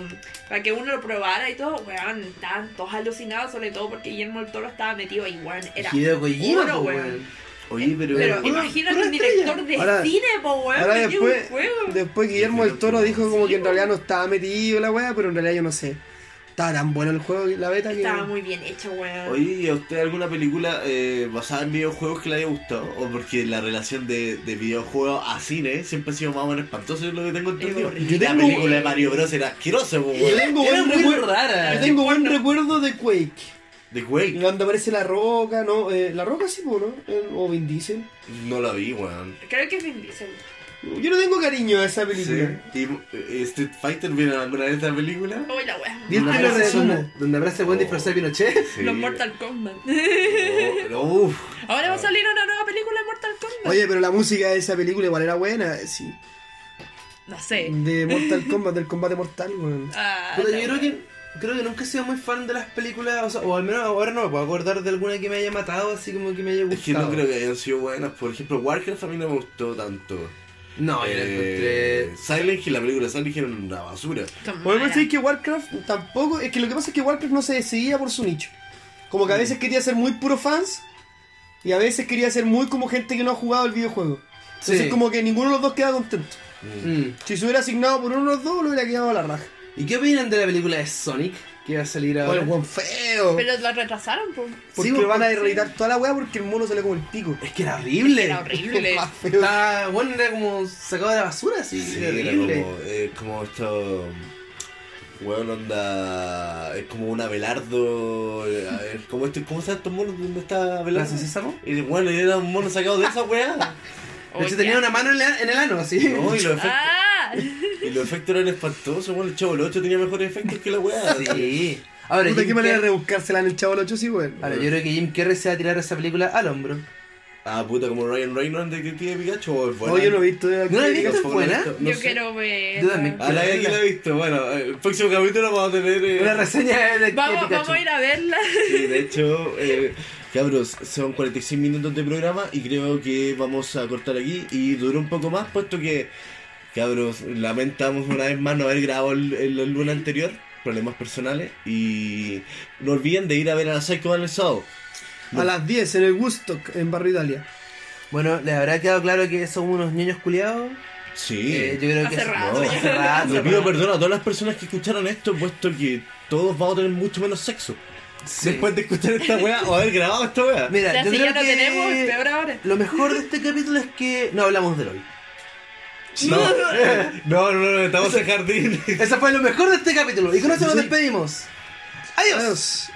[SPEAKER 3] para que uno lo probara y todo, weón, estaban todos alucinados, sobre todo porque Guillermo el Toro estaba metido ahí, weón. Era
[SPEAKER 1] Hideo Kojima,
[SPEAKER 3] puro,
[SPEAKER 1] po,
[SPEAKER 3] weón.
[SPEAKER 1] weón.
[SPEAKER 2] Oye, pero.
[SPEAKER 3] Pero
[SPEAKER 4] Una-
[SPEAKER 3] imagínate
[SPEAKER 4] una
[SPEAKER 3] un director de
[SPEAKER 4] estrella. Ahora-
[SPEAKER 3] cine, po, weón,
[SPEAKER 4] Ahora
[SPEAKER 3] metido en
[SPEAKER 4] después,
[SPEAKER 3] un juego.
[SPEAKER 4] después Guillermo del Toro dijo como que en realidad no estaba metido la wea, pero en realidad yo no sé. Estaba tan bueno el juego, la beta, que...
[SPEAKER 3] Estaba muy bien hecho, weón.
[SPEAKER 2] Oye, ¿y a usted alguna película eh, basada en videojuegos que le haya gustado? O porque la relación de, de videojuegos a cine siempre ha sido más o menos espantosa, es lo que tengo entendido.
[SPEAKER 3] horrible.
[SPEAKER 4] Yo
[SPEAKER 2] La
[SPEAKER 4] tengo-
[SPEAKER 2] película de Mario Bros era asquerosa, po,
[SPEAKER 4] Yo
[SPEAKER 2] weón.
[SPEAKER 4] tengo
[SPEAKER 1] Era
[SPEAKER 4] buen,
[SPEAKER 1] muy
[SPEAKER 4] recuerdo,
[SPEAKER 1] rara.
[SPEAKER 4] yo tengo buen recuerdo de Quake.
[SPEAKER 2] De Quake,
[SPEAKER 4] Cuando aparece La Roca, ¿no? Eh, la Roca sí, po, ¿no? Eh, O Vin Diesel.
[SPEAKER 2] no la vi, weón.
[SPEAKER 3] Creo que es Vin Diesel.
[SPEAKER 4] Yo no tengo cariño a esa película.
[SPEAKER 2] Sí. ¿Y eh, Street Fighter vieron alguna vez esta película?
[SPEAKER 3] Uy, la weón.
[SPEAKER 1] ¿Viste
[SPEAKER 4] Una
[SPEAKER 1] lo
[SPEAKER 4] vez
[SPEAKER 1] de
[SPEAKER 4] se
[SPEAKER 1] donde-
[SPEAKER 4] sumó.
[SPEAKER 1] donde aparece el buen disfrazado de Pinochet?
[SPEAKER 2] Sí.
[SPEAKER 3] <laughs> Los Mortal Kombat. <laughs>
[SPEAKER 2] Oh, no, uf.
[SPEAKER 3] Ahora va a salir una nueva película de Mortal Kombat.
[SPEAKER 4] Oye, pero la música de esa película igual era buena, eh, sí.
[SPEAKER 3] No sé.
[SPEAKER 4] De Mortal Kombat, del combate mortal, weón.
[SPEAKER 3] Ah,
[SPEAKER 1] Puta,
[SPEAKER 3] la
[SPEAKER 1] yo creo que, creo que nunca he sido muy fan de las películas, o, sea, o al menos ahora no me puedo acordar de alguna que me haya matado, así como que me haya
[SPEAKER 2] Es que no
[SPEAKER 1] gustado.
[SPEAKER 2] creo que hayan sido buenas. Por ejemplo, Warcraft a mí no me gustó tanto.
[SPEAKER 1] No, yo la
[SPEAKER 2] Eh,
[SPEAKER 1] encontré...
[SPEAKER 2] Silent Hill, la película de Silent Hill era una basura.
[SPEAKER 3] tan
[SPEAKER 4] Bueno,
[SPEAKER 3] mala.
[SPEAKER 4] pero sí que Warcraft tampoco. Es que lo que pasa es que Warcraft no se decidía por su nicho. Como que a
[SPEAKER 1] Mm.
[SPEAKER 4] veces quería ser muy puro fans y a veces quería ser muy como gente que no ha jugado el videojuego. Entonces,
[SPEAKER 1] Sí.
[SPEAKER 4] como que ninguno de los dos queda contento.
[SPEAKER 1] Mm.
[SPEAKER 4] Si se hubiera asignado por uno de los dos, lo hubiera quedado a la raja.
[SPEAKER 1] ¿Y qué opinan de la película de Sonic que va a salir
[SPEAKER 4] Bueno,
[SPEAKER 1] ahora?
[SPEAKER 4] el weón feo.
[SPEAKER 3] Pero la retrasaron, pues. po.
[SPEAKER 4] porque
[SPEAKER 1] sí,
[SPEAKER 4] van a
[SPEAKER 1] porque-
[SPEAKER 4] derritar toda la weá porque el mono sale como el pico. <laughs>
[SPEAKER 1] es que era horrible. <laughs>
[SPEAKER 3] Era horrible.
[SPEAKER 4] Más feo.
[SPEAKER 1] Está, bueno, era como sacado de la basura, así.
[SPEAKER 2] Sí,
[SPEAKER 1] era
[SPEAKER 2] era
[SPEAKER 1] horrible.
[SPEAKER 2] como, eh, como esto. Weón, onda. Es como un Abelardo. eh, a ver, como este, ¿Cómo están estos monos? ¿Dónde está
[SPEAKER 1] ¿La
[SPEAKER 2] Abelardo?
[SPEAKER 1] sésamo?
[SPEAKER 2] Y bueno, era un mono sacado de
[SPEAKER 1] <laughs>
[SPEAKER 2] esa weá.
[SPEAKER 1] De hecho,
[SPEAKER 3] Oye.
[SPEAKER 1] tenía una mano en, la- en el ano, así.
[SPEAKER 2] No, y los efectos,
[SPEAKER 3] Ah,
[SPEAKER 2] y los efectos eran espantosos. Bueno, el chavo, el 8 tenía mejores efectos que la weá.
[SPEAKER 1] <laughs> Sí. Ahora,
[SPEAKER 4] Puta,
[SPEAKER 1] Jim
[SPEAKER 4] qué manera de
[SPEAKER 1] Carrey-
[SPEAKER 4] rebuscársela en el chavo 8, sí, weón.
[SPEAKER 1] Ahora, yo creo que Jim Carrey se va a tirar esa película al hombro.
[SPEAKER 2] Ah, puta, como Ryan Reynolds de Detective Pikachu. weón,
[SPEAKER 4] No, yo no he visto.
[SPEAKER 1] ¿No la he
[SPEAKER 2] Yo
[SPEAKER 1] visto?
[SPEAKER 2] tampoco la he
[SPEAKER 1] ¿Buena?
[SPEAKER 2] visto, no
[SPEAKER 3] yo
[SPEAKER 2] sé.
[SPEAKER 3] quiero ver.
[SPEAKER 1] Yo también.
[SPEAKER 2] A la vez que la he visto, bueno, el próximo capítulo vamos a tener. eh,
[SPEAKER 1] Una reseña de Detective
[SPEAKER 3] Vamos,
[SPEAKER 1] Pikachu.
[SPEAKER 3] vamos a ir a verla.
[SPEAKER 2] Sí, de hecho, eh, cabros, son 46 minutos de programa y creo que vamos a cortar aquí y duró un poco más, puesto que, cabros, lamentamos una vez más no haber grabado el, el- el lunes anterior, problemas personales, y no olviden de ir a ver a la Psycho Man el sábado.
[SPEAKER 4] A las 10 en el Woodstock, en Barrio Italia.
[SPEAKER 1] Bueno, les habrá quedado claro que son unos niños culiados.
[SPEAKER 2] Sí.
[SPEAKER 1] Eh, yo creo que
[SPEAKER 3] <laughs> Hace rato,
[SPEAKER 2] Ah, no,
[SPEAKER 3] ya.
[SPEAKER 2] hace
[SPEAKER 1] rato.
[SPEAKER 2] Le pido perdón a todas las personas que escucharon esto, puesto que todos vamos a tener mucho menos sexo.
[SPEAKER 1] Sí.
[SPEAKER 2] Después de escuchar esta weá o haber grabado esta weá.
[SPEAKER 1] Mira,
[SPEAKER 3] Ya,
[SPEAKER 1] yo
[SPEAKER 3] si
[SPEAKER 1] creo
[SPEAKER 3] ya no
[SPEAKER 1] que
[SPEAKER 3] tenemos, peor ahora.
[SPEAKER 1] lo mejor de este capítulo es que no hablamos del hoy. <laughs>
[SPEAKER 2] No, <laughs> no, no, no, estamos en jardín.
[SPEAKER 1] Eso fue lo mejor de este capítulo. Y con eso nos
[SPEAKER 4] Sí.
[SPEAKER 1] despedimos. Adiós.
[SPEAKER 4] Adiós.